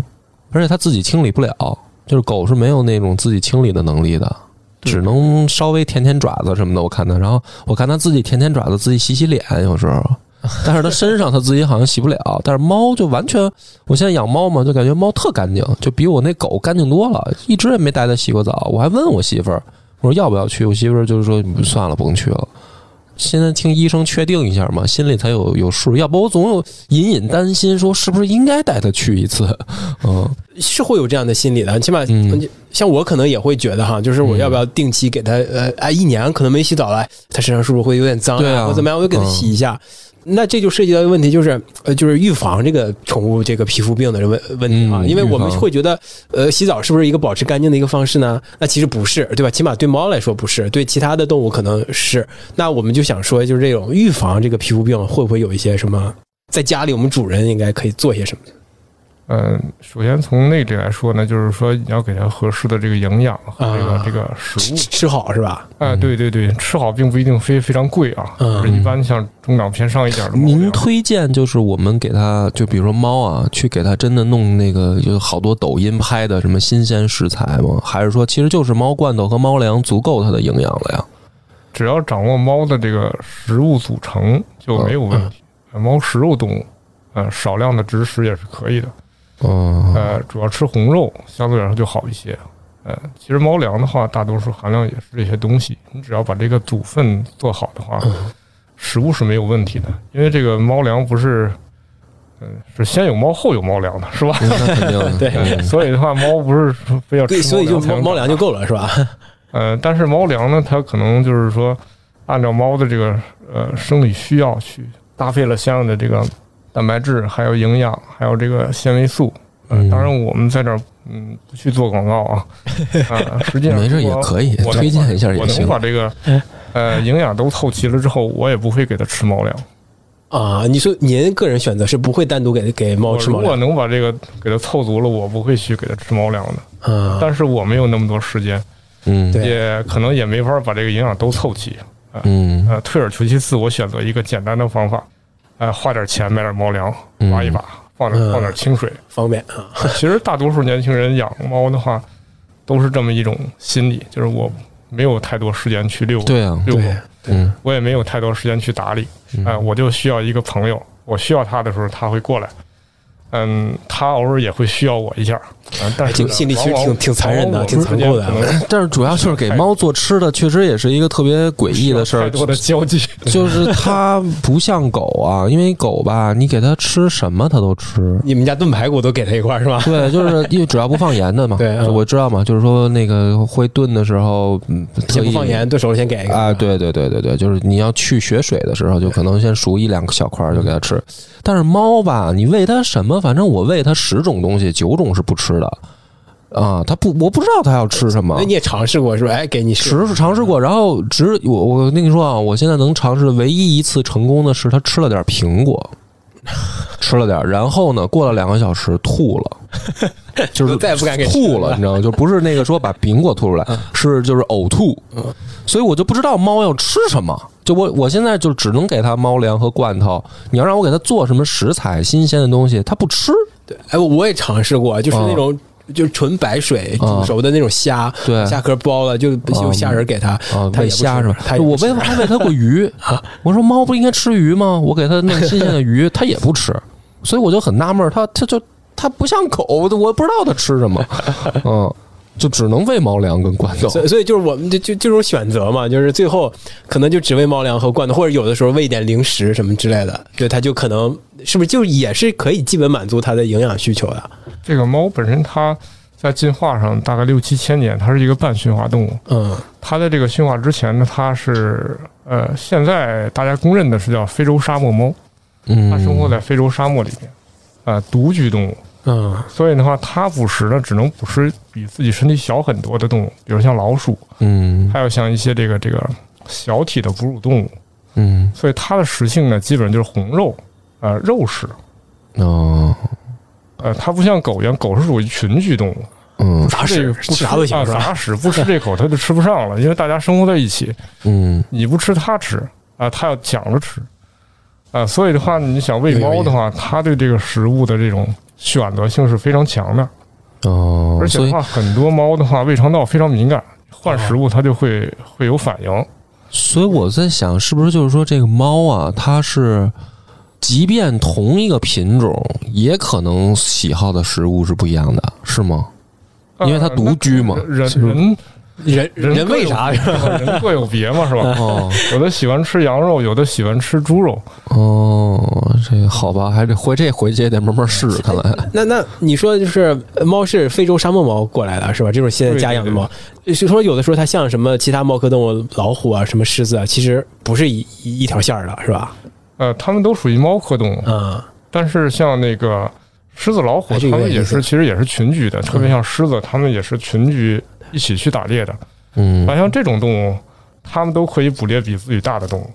S2: 而且它自己清理不了，就是狗是没有那种自己清理的能力的，只能稍微舔舔爪子什么的。我看它，然后我看它自己舔舔爪子，自己洗洗脸，有时候，但是它身上它自己好像洗不了。但是猫就完全，我现在养猫嘛，就感觉猫特干净，就比我那狗干净多了，一直也没带它洗过澡。我还问我媳妇儿。我说要不要去？我媳妇儿就是说嗯算了，甭去了。现在听医生确定一下嘛，心里才有有数。要不我总有隐隐担心，说是不是应该带他去一次？ 嗯，
S1: 是会有这样的心理的，起码、
S2: 嗯
S1: 像我可能也会觉得哈，就是我要不要定期给它呃，哎，一年可能没洗澡了，它身上是不是会有点脏
S2: 对啊
S1: 或怎么样，我就给它洗一下。那这就涉及到一个问题，就是呃，就是预防这个宠物这个皮肤病的问问题啊，
S2: 嗯
S1: 因为我们
S2: 预防
S1: 会觉得，呃，洗澡是不是一个保持干净的一个方式呢？那其实不是，对吧？起码对猫来说不是，对其他的动物可能是。那我们就想说，就是这种预防这个皮肤病会不会有一些什么？在家里，我们主人应该可以做些什么？
S3: 嗯，首先从那里来说呢，就是说你要给它合适的这个营养和这个、
S1: 啊
S3: 这个食
S1: 吃
S3: 物。
S1: 吃好是吧？
S3: 哎，对对对，吃好并不一定非非常贵啊，
S1: 嗯
S3: 就是一般像中档偏上一点的猫粮。
S2: 您推荐就是我们给它，就比如说猫啊，去给它真的弄那个，就是好多抖音拍的什么新鲜食材吗？还是说其实就是猫罐头和猫粮足够它的营养了呀？
S3: 只要掌握猫的这个食物组成就没有
S1: 嗯
S3: 问题。猫食肉动物，呃，少量的植食也是可以的。
S2: 嗯，
S3: 呃，主要吃红肉相对来说就好一些。呃，其实猫粮的话，大多数含量也是这些东西。你只要把这个组分做好的
S1: 嗯
S3: 话，食物是没有问题的。因为这个猫粮不是，嗯、是先有猫后有猫粮的，是吧？
S2: 那肯 定
S1: 对
S2: 嗯
S3: 所以的话，猫不是说非要吃
S1: 对，所以就
S3: 才
S1: 猫
S3: 能
S1: 猫粮就够了是吧？
S3: 呃，但是猫粮呢，它可能就是说，按照猫的这个呃生理需要去搭配了相应的这个蛋白质，还有营养，还有这个纤维素。呃
S2: 嗯，
S3: 当然我们在这儿嗯不去做广告 啊，啊，实际上
S2: 没事也
S3: 我
S2: 可以
S3: 我能
S2: 推荐一下
S3: 我
S2: 也
S3: 能
S2: 行。
S3: 把这个呃营养都凑齐了之后，我也不会给它吃猫粮。
S1: 啊，你说您个人选择是不会单独给给猫
S2: 哦
S3: 我
S1: 吃
S3: 如
S1: 猫
S3: 果
S1: 粮
S3: 能把这个给它凑足了，我不会去给它吃猫粮的。
S1: 啊？
S3: 但是我没有那么多时间，
S2: 嗯
S1: 对
S3: 也可能也没法把这个营养都凑齐。
S2: 嗯
S3: 呃，退而求其次，我选择一个简单的方法，呃，花点钱买点猫粮
S2: 嗯，
S3: 挖一把，放点
S1: 嗯
S3: 放点清水。
S1: 方便啊，
S3: 其实大多数年轻人养猫的话，都是这么一种心理，就是我没有太多时间去遛，
S2: 对啊
S3: 遛狗，
S2: 嗯
S3: 我也没有太
S1: 嗯
S3: 呃多时间去打理，哎、我就需要一个朋友，我需要他的时候他会过来。嗯，他偶尔也会需要我一下，啊、但是
S1: 这
S3: 呢
S1: 个心里其实
S3: 往往
S1: 哎挺挺残忍的，
S3: 往往
S1: 挺残酷的
S3: 我。们之间可能
S2: 但是主要就是给猫做吃的，确实也是一个特别诡异的事
S3: 太
S2: 儿。
S3: 多的交际，
S2: 就是它不像狗啊，因为狗吧，你给它吃什么它都 吃。
S1: 你们家炖排骨都给他一块儿是 吧？
S2: 对，就是因为只要不放盐的嘛。
S1: 对嗯
S2: 我知道嘛，就是说那个会炖的时候，嗯，特
S1: 先不
S2: 意
S1: 放 盐，对手里先给一个
S2: 啊，，对对对对对，就是你要去血水的时候，就可能先熟一两个小块儿就给它
S1: 嗯
S2: 吃。但是猫吧，你喂它什么，反正我喂它十种东西，九种是不吃的啊。它不，我不知道它要吃什么
S1: 那。你也尝试过是吧？哎，给你试
S2: 吃尝试过，然后只我我跟你说啊，我现在能尝试的唯一一次成功的是它吃了点苹果，吃了点儿，然后呢，过了两个小时吐了， 就是
S1: 再也不敢给
S2: 吐
S1: 吃
S2: 了，
S1: 了嗯
S2: 你知道吗？就不是那个说把苹果吐出来，是就是呕吐，所以我就不知道猫要吃什么。就我我现在就只能给它猫粮和罐头，你要让我给它做什么食材、新鲜的东西，它不吃。
S1: 哎，我我也尝试过，就是
S2: 啊
S1: 那种。就是纯白水煮熟的那种虾，
S2: 对
S1: 虾壳剥了就就虾仁给它，
S2: 啊，
S1: 它也不
S2: 喂
S1: 吃
S2: 虾是吧？
S1: 它也
S2: 我
S1: 不吃啊
S2: 喂还喂它 过鱼我说猫不应该吃鱼吗？我给它弄新鲜 的鱼，它也不吃，所以我就很纳闷儿，它它就它不像狗，我不知道它吃 什么，嗯，就只能喂猫粮跟罐头。
S1: 所以所以就是我们就就这种选择嘛，就是最后可能就只喂猫粮和罐头，或者有的时候喂一点零食什么之类的，对，它就可能是不是就也是可以基本满足它的营养需求啊的，
S3: 这个猫本身它在进化上大概六七千年，它是一个半驯化动物。
S1: 嗯，
S3: 它在这个驯化之前呢，它是呃，现在大家公认的是叫非洲沙漠猫，
S2: 嗯，
S3: 它生活在非洲沙漠里面，呃，独居动物。
S1: 嗯
S3: 所以的话，它捕食呢，只能捕食比自己身体小很多的动物，比如像老鼠，
S2: 嗯
S3: 还有像一些这个这个小体的哺乳动物。
S2: 嗯
S3: 所以它的食性呢，基本上就是红肉，呃，肉食。
S2: 哦
S3: 呃，它不像狗一样，狗是属于群居动物，
S2: 嗯
S1: 杂
S3: 这
S1: 食
S3: 个不吃
S1: 啥都行
S3: 啊
S1: 是吧？
S3: 杂食不吃这口它就吃不上了，因为大家生活在一起，
S2: 嗯
S3: 你不吃它吃啊，它要抢着吃啊，所以的话，你想喂猫的话，它对这个食物的这种选择性是非常强的，
S2: 哦
S3: 而，且
S2: 所
S3: 的
S2: 以哦
S3: 话，很多猫的话胃肠道非常敏感，换食物它就会会有反应。
S2: 所以我在想，是不是就是说这个猫啊，它是。即便同一个品种，也可能喜好的食物是不一样的，是吗？因为它
S3: 呃
S2: 独居嘛
S3: 那人
S2: 是不是
S3: 人
S1: 人
S3: 人
S1: 人为啥呀？
S3: 各有别嘛人各有别嘛，是吧？
S2: 哦，
S3: 有的喜欢吃羊肉，有的喜欢吃猪肉，
S2: 哦，这好吧，还得回这回去也得慢慢试试，看来。
S1: 那那你说就是呃猫是非洲沙漠猫过来的是吧？这种现在家养的猫，是说有的时候它像什么其他猫科动物，老虎啊，什么狮子啊，其实不是一一一条线儿的是吧？
S3: 呃，它们都属于猫科动物，
S1: 嗯，
S3: 但是像那个狮子、老虎，
S1: 还是有
S3: 它
S1: 点
S3: 们也
S1: 意思嗯
S3: 是其实也是群居的，特别像狮子，它们也是群居一起去打猎的。
S2: 嗯，
S3: 反像这种动物，它们都可以捕猎比自己大的动物，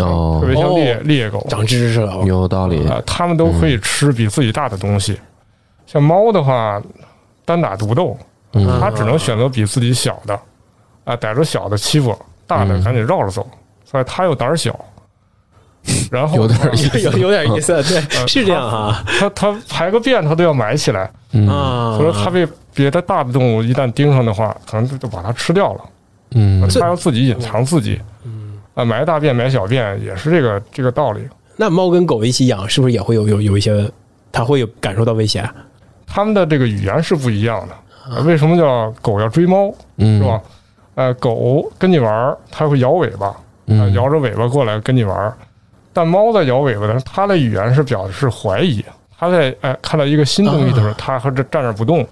S2: 哦
S3: 特，别像猎
S1: 哦
S3: 猎狗
S1: 长嗯知识了，我
S2: 有道理。
S3: 啊，它们都可以吃比自己大的东西。像猫的话，单打独斗，
S2: 嗯
S3: 它只能选择比自己小的，啊，逮着小的欺负，大的
S2: 嗯
S3: 赶紧绕着走，所以它又胆 儿小。然后
S2: 有点意
S1: 有有有点意思，对，
S3: 呃
S1: 是这样啊哈
S3: 它它排个便它都要埋起来，
S2: 嗯
S1: 啊。
S3: 所以它被别的大的动物一旦盯上的话，可能就就把它吃掉了。
S1: 啊
S2: 嗯，
S3: 它要自己隐藏自己，啊，埋大便埋小便也是这个这个道理。
S1: 那猫跟狗一起养，是不是也会有有有一些，它会有感受到啊危险？
S3: 它们的这个语言是不一样的。呃为什么叫狗要追猫
S2: 啊嗯，
S3: 是吧？？呃，狗跟你玩儿，它会摇尾巴，啊，
S2: 嗯，
S3: 摇着尾巴过来跟你玩儿。但猫在摇尾巴的时候，它的语言是表示怀疑，它在哎看到一个新东西的
S1: 啊
S3: 时候，它和这站着不动，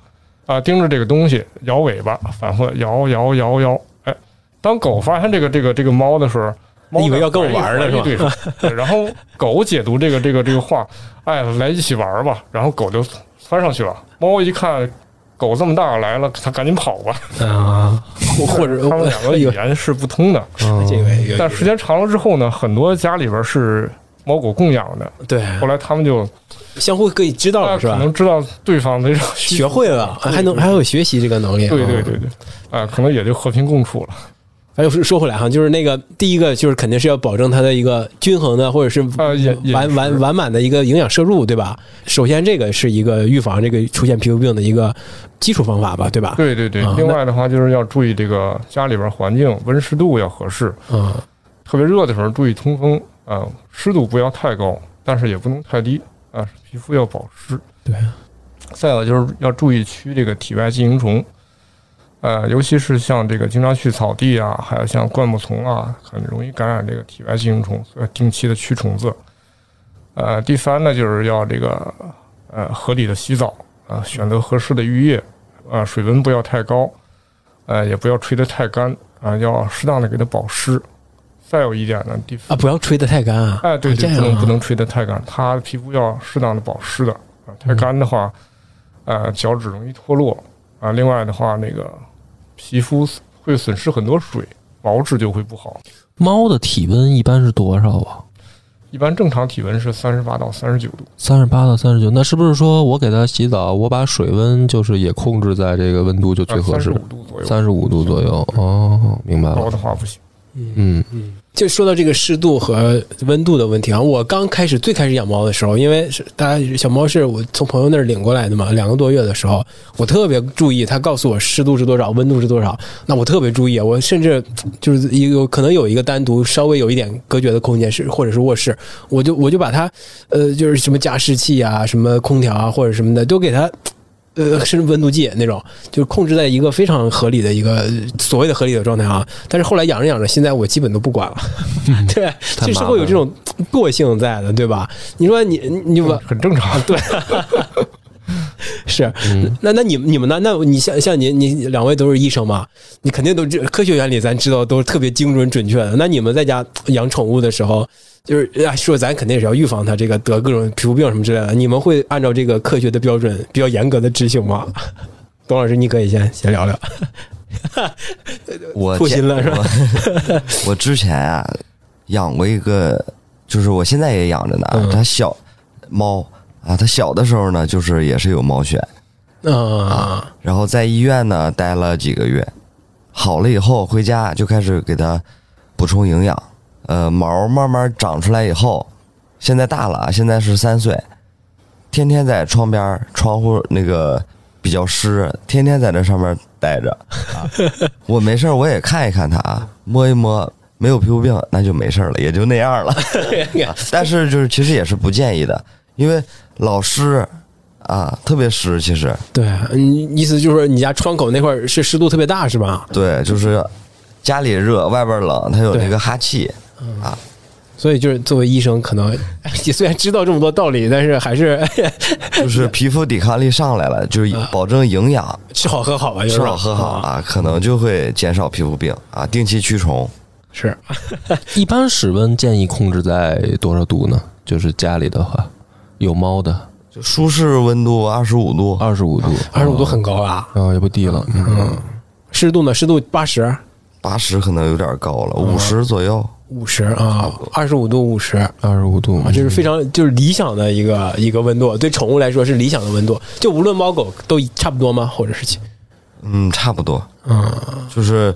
S3: 啊，盯着这个东西摇尾巴，反复摇摇摇摇。哎，当狗发现这个这个这个猫的时候，猫
S1: 以为要跟我玩儿呢
S3: 呢，对手然后狗解读这个这个这个话，哎，来一起玩儿吧。然后狗就窜上去了。猫一看狗这么大来了，它赶紧跑吧。
S1: 啊，或 者
S3: 它们两个语
S1: 有
S3: 言是不通的。
S1: 这
S2: 嗯
S1: 个有，
S3: 但时间长了之后呢，很多家里边是猫狗共养的，
S1: 对
S3: 后来他们就
S1: 相互可以知道
S3: 大
S1: 了
S3: 家
S1: 是
S3: 可
S1: 吧？
S3: 能知道对方的这种需
S1: 学
S3: 求，
S1: 会了，还能还有学习这个能力。
S3: 对对
S1: 嗯
S3: 对对，啊、可能也就和平共处了。
S1: 反正说说回来哈，就是那个第一个就是肯定是要保证它的一个均衡的，或者是
S3: 呃也也
S1: 完
S3: 是
S1: 完完满的一个营养摄入，对吧？首先这个是一个预防这个出现皮肤病的一个基础方法吧，对吧？，
S3: 对对对
S1: 啊，
S3: 另外的话就是要注意这个家里边环境温湿度要合适，
S1: 嗯，
S3: 特别热的时候注意呃通风啊、湿度不要太高，但是也不能太低啊、皮肤要保湿。
S1: 对，
S3: 再有就是要注意驱这个体外寄生虫，呃，尤其是像这个经常去草地啊，还有像灌木丛啊，很容易感染这个体外寄生虫，所以要定期的驱虫子。呃，第三呢，就是要这个呃合理的洗澡啊、呃选择合适的浴液啊、呃水温不要太高，呃，也不要吹得太干啊、要适当的给它保湿。再有一点呢，第
S1: 啊，不要吹得太干啊！
S3: 哎，对
S1: 这
S3: 对，
S1: 样
S3: 不能
S1: 啊
S3: 不能吹得太干，它皮肤要适当的保湿的啊，太干的话，呃，脚趾容易脱落啊。另外的话，那个皮肤会损失很多水，毛质就会不好。
S2: 猫的体温一般是多少啊？
S3: 一般正常体温是三十八到三十九度，
S2: 三十八到三十九，那是不是说我给它洗澡，我把水温就是也控制在这个温度就最合
S3: 啊三十
S2: 适
S3: 五？度左右，
S2: 三十五度左右哦，明白
S3: 高
S2: 了。
S3: 的话不行。
S2: 嗯，
S1: 就说到这个湿度和温度的问题啊，我刚开始最开始养猫的时候，因为是大家小猫是我从朋友那儿领过来的嘛，两个多月的时候，我特别注意，他告诉我湿度是多少，温度是多少，那我特别注意，我甚至就是有可能有一个单独稍微有一点隔绝的空间是或者是卧室，我就我就把它呃就是什么加湿器啊、什么空调啊或者什么的都给它。呃，甚至温度计那种，就是控制在一个非常合理的一个所谓的合理的状态啊。但是后来养着养着，现在我基本都不管了， 对，
S2: 嗯太
S1: 就是
S2: 麻
S1: 会有这
S2: 烦
S1: 种惰性在的，对吧？你说你你你把
S3: 很正
S2: 啊
S3: 常，
S1: 对，是，
S4: 嗯
S1: 那那你们你们呢？那你像像您，你两位都是医生嘛？你肯定都知科学原理，咱知道都是特别精准准确的。那你们在家养宠物的时候，就是哎说咱肯定是要预防它这个得各种皮肤病什么之类的。你们会按照这个科学的标准比较严格的执行吗？董老师，你可以先先聊聊。
S4: 我
S1: 吐心了是吧
S4: 吧？我 之前啊养过一个，就是我现在也养着呢。
S1: 嗯
S4: 它小猫啊，它小的时候呢，就是也是有猫癣，嗯
S1: 啊，
S4: 然后在医院呢待了几个月，好了以后回家就开始给它补充营养。呃，毛慢慢长出来以后，现在大了啊，现在是三岁，天天在窗边儿窗户那个比较湿，天天在那上面待着。啊、我没事儿我也看一看它啊，摸一摸，没有皮肤病那就没事儿了，也就那样了。但是就是其实也是不建议的，因为老湿啊，特别湿，其实。
S1: 对，你意思就是说你家窗口那块儿是湿度特别大是吧？
S4: 对，就是家里热，外边冷，它有
S1: 对
S4: 那个哈 气。
S1: 所以就是作为医生，可能 你虽然知道这么多道理，但是还是
S4: 就是皮肤抵抗力上来了，就是
S1: 嗯
S4: 保证营养，
S1: 吃好喝好吧，就是
S4: 吃好喝
S1: 嗯
S4: 好啊，可能就会减少皮肤病啊。定期驱虫，
S1: 是
S2: 一般室温建议控制在多少度呢？就是家里的话，有猫的
S4: 就舒适温度二十五度，
S2: 二十五度，
S1: 二十五度很高啊。
S2: 啊、也不低了。嗯，
S1: 湿度呢？湿度八十、
S4: 八十可能有点高了，
S1: 嗯
S4: 五十左右。
S1: 五十啊，二十五度五十啊，
S2: 二十五度，
S1: 这是非常就是理想的一个一个温度，对宠物来说是理想的温度。就无论猫狗都差不多吗？或者是其
S4: 嗯，差不多，
S1: 嗯，
S4: 就是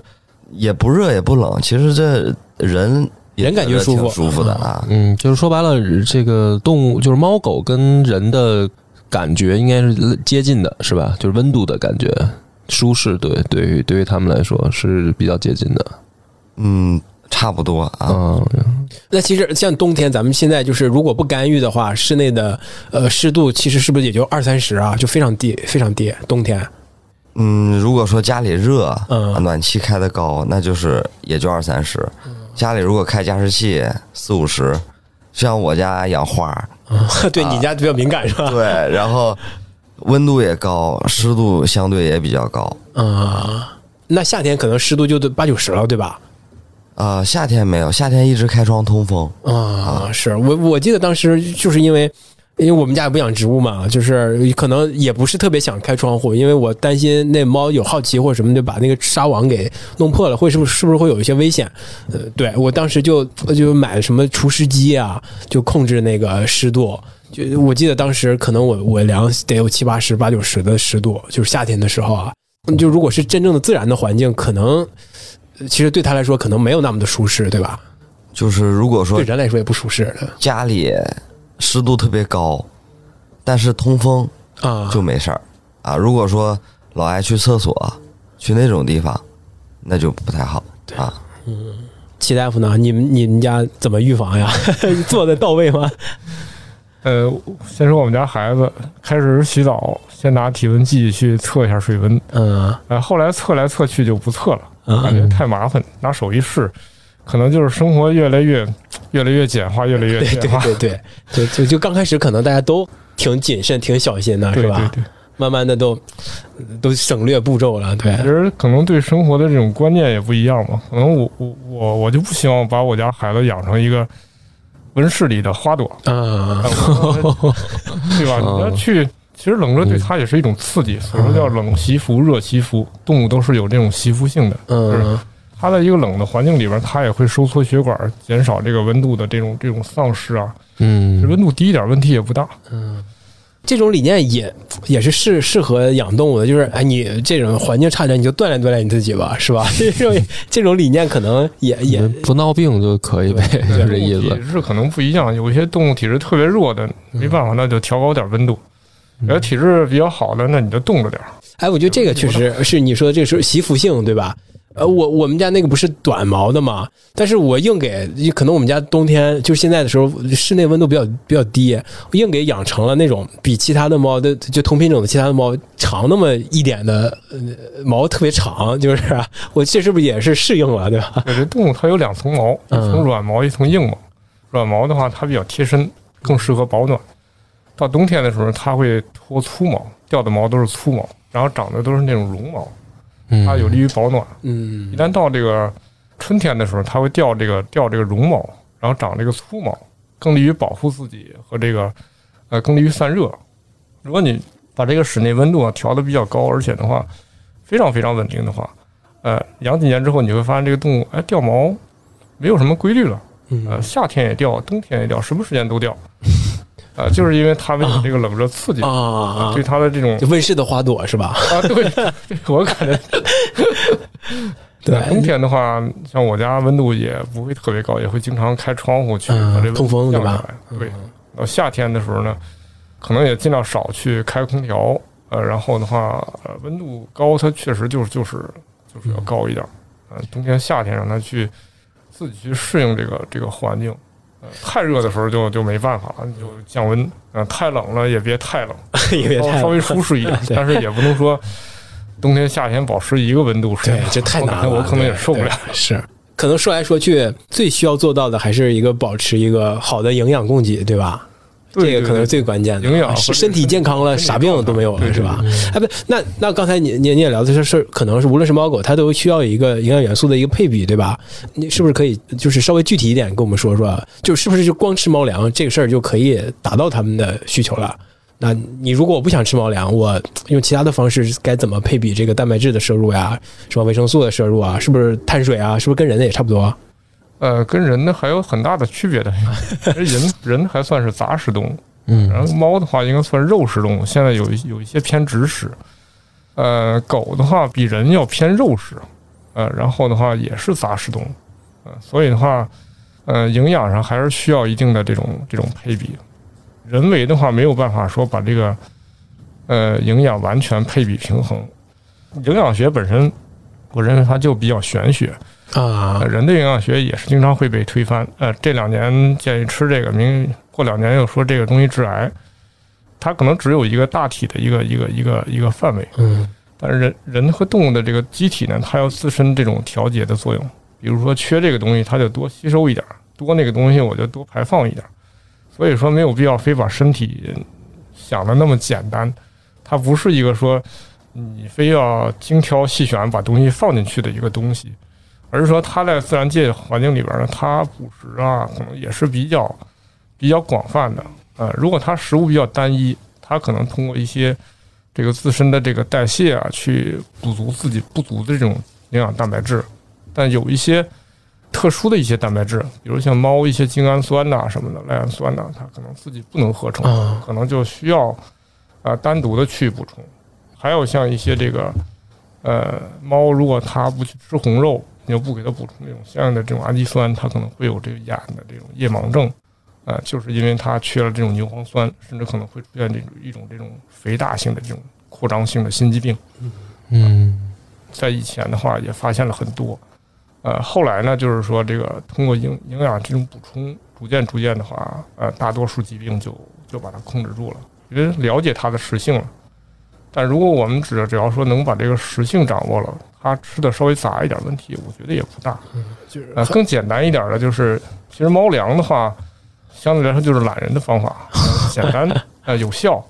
S4: 也不热也不冷。其实这人也
S1: 人感觉
S4: 得挺
S1: 舒服
S4: 舒服的啊。
S2: 嗯，就是说白了，这个动物就是猫狗跟人的感觉应该是接近的，是吧？就是温度的感觉，舒适，对，对于对于他们来说是比较接近的。
S4: 嗯，差不多啊。
S2: 嗯，
S1: 那其实像冬天，咱们现在就是如果不干预的话，室内的呃湿度其实是不是也就二三十啊，就非常低，非常低。冬天
S4: 嗯，如果说家里热，
S1: 嗯
S4: 啊暖气开的高，那就是也就二三十。
S1: 嗯
S4: 家里如果开加湿器，四五十。像我家养花 儿，
S1: 对你家比较敏感是吧？
S4: 对，然后温度也高，湿度相对也比较高。
S1: 啊、那夏天可能湿度就得八九十了，对吧？
S4: 啊、夏天没有，夏天一直开窗通风。
S1: 啊，是我我记得当时就是因为。因为我们家也不养植物嘛，就是可能也不是特别想开窗户，因为我担心那猫有好奇或者什么，就把那个纱网给弄破了，会是不是是不是会有一些危险？呃，对我当时就就买什么除湿机啊，就控制那个湿度。就我记得当时可能我我量得有七八十、八九十的湿度，就是夏天的时候啊，就如果是真正的自然的环境，可能呃其实对它来说可能没有那么的舒适，对吧？
S4: 就是如果说
S1: 对人来说也不舒适呃的。
S4: 家里湿度特别高，但是通风
S1: 啊，
S4: 就没事儿啊。如果说老爱去厕所，去那种地方，那就不太好啊。
S1: 齐大夫呢？你们你们家怎么预防呀？做的到位吗？
S3: 呃，先说我们家孩子开始洗澡，先拿体温计去测一下水温，
S1: 嗯
S3: 呃，后来测来测去就不测了，感觉
S1: 嗯，
S3: 太麻烦，拿手一试，可能就是生活越来越越来越简化，越来越
S1: 对
S3: 简
S1: 对
S3: 化，
S1: 对对，就就就刚开始可能大家都挺谨慎、挺小心的，
S3: 对
S1: 是吧？
S3: 对对。
S1: 慢慢的都都省略步骤了，对
S3: 其，实可能对生活的这种观念也不一样嘛。可能我我我我就不希望把我家孩子养成一个温室里的 花朵，
S1: 嗯
S3: 啊，对吧？你要去，其实冷热对它也是一种刺激，所以说叫冷习服、热习服，动物都是有这种习服性的。
S1: 嗯
S3: 它在一个冷的环境里边，它也会收缩血管，减少这个温度的这种这种丧失啊。温
S2: 嗯，
S3: 度低一点问题也不大。
S1: 嗯，这种理念也也是适适合养动物的，就是哎，你这种环境差点，你就锻炼锻炼你自己吧，是吧？ 这种这种理念可能也也
S2: 不闹病就可以呗，
S1: 对
S2: 就这意
S3: 动物
S2: 思
S3: 体。质可能不一样，有一些动物体质特别弱的，没办法，那就调高点温度。
S2: 嗯
S3: 然后体质比较好的，那你就冻 着点儿。
S1: 哎，我觉得这个确实是你说的，这是习服性，对吧？呃，我我们家那个不是短毛的嘛，但是我硬给，可能我们家冬天就是现在的时候，室内温度比较比较低，我硬给养成了那种比其他的猫的就同品种的其他的猫长那么一点的呃毛特别长，就是啊我这是不是也是适应了，对吧？
S3: 我觉得动物它有两层毛，一
S1: 嗯
S3: 层软毛，一层硬毛。软毛的话，它比较贴身，更适合保暖。到冬天的时候，它会脱粗毛，掉的毛都是粗毛，然后长的都是那种绒毛，
S2: 嗯，
S3: 它有利于保暖。一
S1: 嗯
S3: 旦到这个春天的时候，它会掉这个掉这个绒毛，然后长这个粗毛，更利于保护自己和这个呃更利于散热。如果你把这个室内温度啊调的比较高，而且的话非常非常稳定的话，呃，养几年之后你会发现这个动物哎掉毛没有什么规律了，呃，
S1: 嗯
S3: 夏天也掉，冬天也掉，什么时间 都掉，呃，就是因为它们有这个冷热刺激，
S1: 啊啊
S3: 对，它的这种
S1: 就温室的花朵是吧？
S3: 啊，对，对我感觉
S1: 对
S3: 冬天的话，像我家温度也不会特别高，也会经常开窗户去
S1: 嗯
S3: 把这温度
S1: 通风对
S3: 降
S1: 吧
S3: 下来。对，到夏天的时候呢，可能也尽量少去开空调。呃，然后的话，呃温度高，它确实就是就是就是要高一点。呃，冬天、夏天让它去自己去适应这个这个环境。呃，太热的时候就就没办法了，你就降温。呃，太冷了也别太冷，
S1: 也别
S3: 稍
S1: 太，
S3: 稍微舒适一点
S1: 对
S3: 但是也不能说冬天夏天保持一个温度是吧
S1: 对，这太难了，
S3: 我可能也受不了。
S1: 对。对是，可能说来说去，最需要做到的还是一个保持一个好的营养供给，对吧？
S3: 对
S1: 这
S3: 对
S1: 个可能
S3: 对
S1: 是最关键的，
S3: 营养和
S1: 是
S3: 这
S1: 身
S3: 个
S1: 体
S3: 身
S1: 健康了，
S3: 身体
S1: 啥病都没有
S3: 状
S1: 了，
S3: 态
S1: 是
S3: 对
S1: 吧？哎，不，那那刚才你你你也聊的是是，可能是无论是猫狗，它都需要一个营养元素的一个配比，对吧？你是不是可以就是稍微具体一点跟我们说说，就是不是就光吃猫粮这个事儿就可以达到他们的需求了？那你如果我不想吃猫粮，我用其他的方式该怎么配比这个蛋白质的摄入呀？什么维生素的摄入啊？是不是碳水啊？是不是跟人的也差不多？
S3: 呃，跟人呢还有很大的区 别的，其实人人还算是杂食动物，
S2: 嗯
S3: 然后猫的话应该算肉食动物，现在有一有一些偏植食。呃，狗的话比人要偏肉食，呃，然后的话也是杂食动物，呃，所以的话，呃，营养上还是需要一定的这种这种配比。人为的话没有办法说把这个呃营养完全配比平衡。营养学本身，我认为它就比较玄学，
S1: 啊
S3: 呃，，人的营养学也是经常会被推翻。呃，这两年建议吃这个，明过两年又说这个东西致癌，它可能只有一个大体的一个一个一个一个范围，
S1: 嗯
S3: 但是人人和动物的这个机体呢，它有自身这种调节的作用。比如说缺这个东西，它就多吸收一点儿；多那个东西，我就多排放一点儿。所以说没有必要非把身体想的那么简单，它不是一个说你非要精挑细选把东西放进去的一个东西，而是说它在自然界环境里边呢，它捕食啊可能也是比较比较广泛的。呃，如果它食物比较单一，它可能通过一些这个自身的这个代谢啊，去补足自己不足的这种营养蛋白质。但有一些特殊的一些蛋白质，比如像猫一些精氨酸呐、什么的，赖氨酸呐、它可能自己不能合成，
S1: 啊
S3: 可能就需要啊、呃单独的去补充。还有像一些这个呃猫，如果它不去吃红肉，你又不给它补充这种相应的这种氨基酸，它可能会有这个眼的这种夜盲症。呃，就是因为它缺了这种牛磺酸，甚至可能会出现这种一种这种肥大性的这种扩张性的心肌病。
S2: 嗯
S3: 在以前的话也发现了很多。呃，后来呢，就是说这个通过营营养这种补充，逐渐逐渐的话，呃，大多数疾病就就把它控制住了，因为了解它的食性了。但如果我们只只要说能把这个食性掌握了，它吃的稍微杂一点，问题我觉得也不大。
S1: 就是
S3: 呃，更简单一点的就是，其实猫粮的话，相对来说就是懒人的方法，呃简单呃有效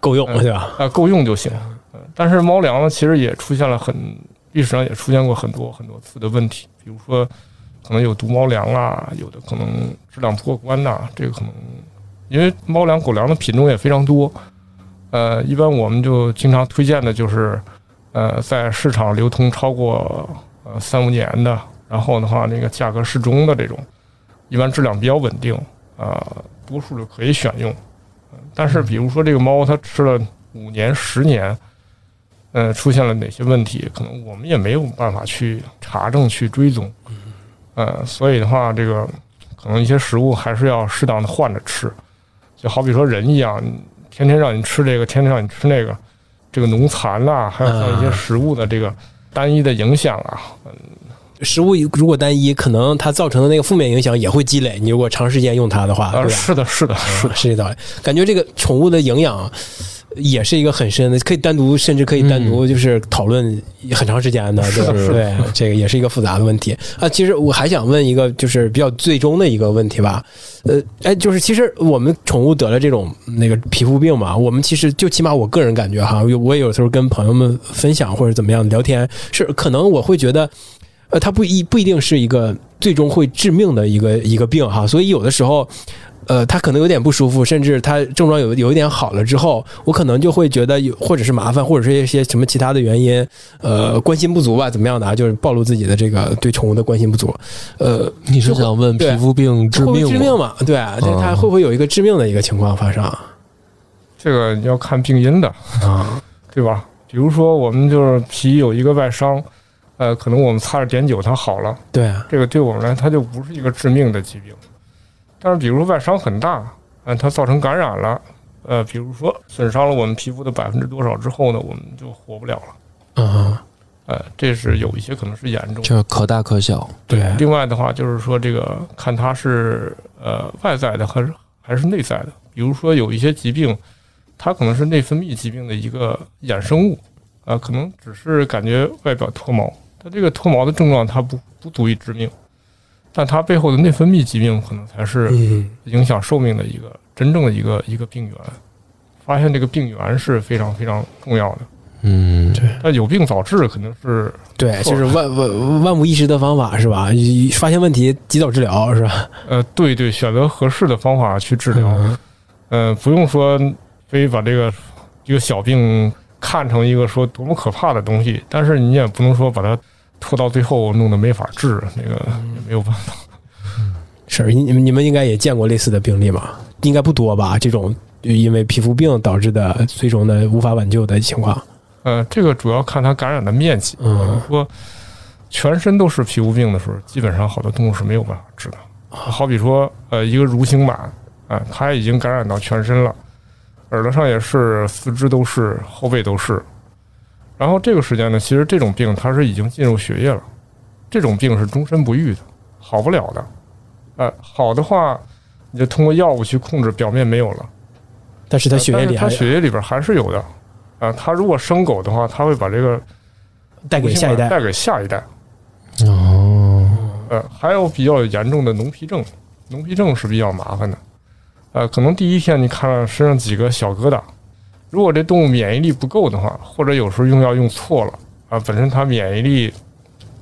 S1: 够用对吧？
S3: 呃够用就行。呃但是猫粮呢，其实也出现了很历史上也出现过很多很多次的问题，比如说可能有毒猫粮啊，有的可能质量不过关呐、这个可能因为猫粮、狗粮的品种也非常多，呃，一般我们就经常推荐的就是呃在市场流通超过呃三五年的，然后的话那个价格适中的这种，一般质量比较稳定啊、呃多数就可以选用。呃但是比如说这个猫它吃了五年、十年，呃，出现了哪些问题，可能我们也没有办法去查证、去追踪。呃，所以的话，这个可能一些食物还是要适当的换着吃，就好比说人一样，你天天让你吃这个，天天让你吃那个，这个农残呐、还有像一些食物的这个单一的影响啊，
S1: 食物如果单一，可能它造成的那个负面影响也会积累。你如果长时间用它的话，
S3: 呃，
S1: 啊对吧？
S3: 是的，是的，
S1: 是是这道理。感觉这个宠物的营养也是一个很深的，可以单独，甚至可以单独就是讨论很长时间的，对吧
S2: 是是
S1: 对，这个也是一个复杂的问题啊。其实我还想问一个，就是比较最终的一个问题吧。呃，哎，就是其实我们宠物得了这种那个皮肤病嘛，我们其实就起码我个人感觉哈，有我也有时候跟朋友们分享或者怎么样聊天，是可能我会觉得。呃，它不一不一定是一个最终会致命的一个一个病哈，所以有的时候，呃，他可能有点不舒服，甚至他症状有有一点好了之后，我可能就会觉得有，或者是麻烦，或者是一些什么其他的原因，呃，关心不足吧，怎么样的啊，就是暴露自己的这个对宠物的关心不足，呃，
S2: 你是想问
S1: 对
S2: 皮肤病致
S1: 会不会
S2: 命
S1: 致
S2: 吗？
S1: 命嘛？对啊，就是它会不会有一个致命的一个情况发生啊？
S3: 这个你要看病因的， 对吧？比如说我们就是皮有一个外伤，呃，可能我们擦着碘酒它好了，
S1: 对啊，
S3: 这个对我们来它就不是一个致命的疾病。但是比如说外伤很大，呃，它造成感染了，呃，比如说损伤了我们皮肤的百分之多少之后呢，我们就活不了了。
S1: 嗯，
S3: 呃，这是有一些可能是严重的。
S2: 就是可大可小，
S1: 对，
S3: 另外的话，就是说这个看它是呃外在的还是还是内在的。比如说有一些疾病，它可能是内分泌疾病的一个衍生物，啊、可能只是感觉外表脱毛，但这个脱毛的症状它不不足以致命，但它背后的内分泌疾病可能才是
S1: 嗯，
S3: 影响寿命的一个真正的一个一个病源。发现这个病源是非常非常重要的，
S2: 嗯，
S3: 但有病早治肯定是
S1: 对，
S3: 错
S1: 就是万万万无一失的方法是吧？一发现问题及早治疗是吧？嗯
S3: 呃，对对，选择合适的方法去治疗，呃，不用说非把这个一个小病看成一个说多么可怕的东西，但是你也不能说把它拖到最后弄得没法治，那个也没有办法。
S1: 是，你你们应该也见过类似的病例吧？应该不多吧？这种因为皮肤病导致的最终的无法挽救的情况，
S3: 呃，这个主要看它感染的面积，
S1: 嗯
S3: 说全身都是皮肤病的时候，基本上好多动物是没有办法治的。好比说，呃，一个蠕形螨，啊、它已经感染到全身了，耳朵上也是，四肢都是，后背都是。然后这个时间呢，其实这种病它是已经进入血液了，这种病是终身不愈的，好不了的。呃，好的话，你就通过药物去控制，表面没有了。
S1: 但是他血液里
S3: 它
S1: 还
S3: 血液里边还是有的。啊、它如果生狗的话，它会把这个
S1: 带给下一代，
S3: 带给下一代。
S2: 哦，
S3: 呃，还有比较严重的脓皮症，脓皮症是比较麻烦的。呃，可能第一天你看了身上几个小疙瘩，如果这动物免疫力不够的话，或者有时候用药用错了啊、本身它免疫力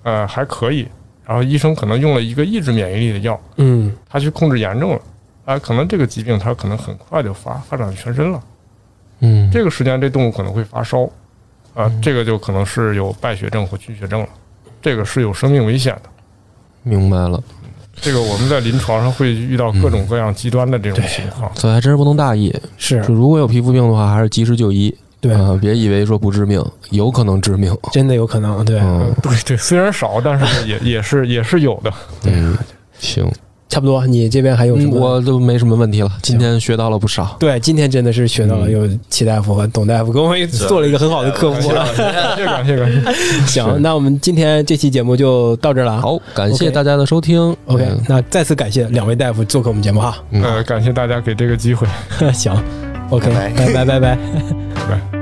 S3: 呃还可以，然后医生可能用了一个抑制免疫力的药，
S1: 嗯，
S3: 它去控制炎症了，啊、可能这个疾病它可能很快就发发展到全身了。
S2: 嗯，
S3: 这个时间这动物可能会发烧，啊、
S1: 嗯
S3: 这个就可能是有败血症或菌血症了，这个是有生命危险的。
S2: 明白了，
S3: 这个我们在临床上会遇到各种各样极端的这种情况。
S2: 所以还真是不能大意。
S1: 是
S2: 就如果有皮肤病的话，还是及时就医
S1: 对，
S2: 啊、别以为说不致命，有可能致命。
S1: 真的有可 能对。
S2: 嗯
S3: 对对，虽然少，但是也也是也是有的。
S2: 嗯，行，
S1: 差不多，你这边还有什
S2: 嗯，
S1: 么？
S2: 我都没什么问题了，今天学到了不少。
S1: 对，今天真的是学到了，
S2: 嗯
S1: 有齐大夫和董大夫给我们做了一个很好的科
S2: 啊
S1: 普。
S3: 感谢感谢感谢。
S1: 行，那我们今天这期节目就到这儿了啊。
S2: 好，感谢
S1: OK
S2: 大家的收听。
S1: OK，
S2: 嗯
S1: 那再次感谢两位大夫做客我们节目哈。
S2: 嗯
S3: 呃，感谢大家给这个机会。
S1: 行，OK，
S4: 拜
S1: 拜拜
S4: 拜
S1: 拜拜。
S3: 拜拜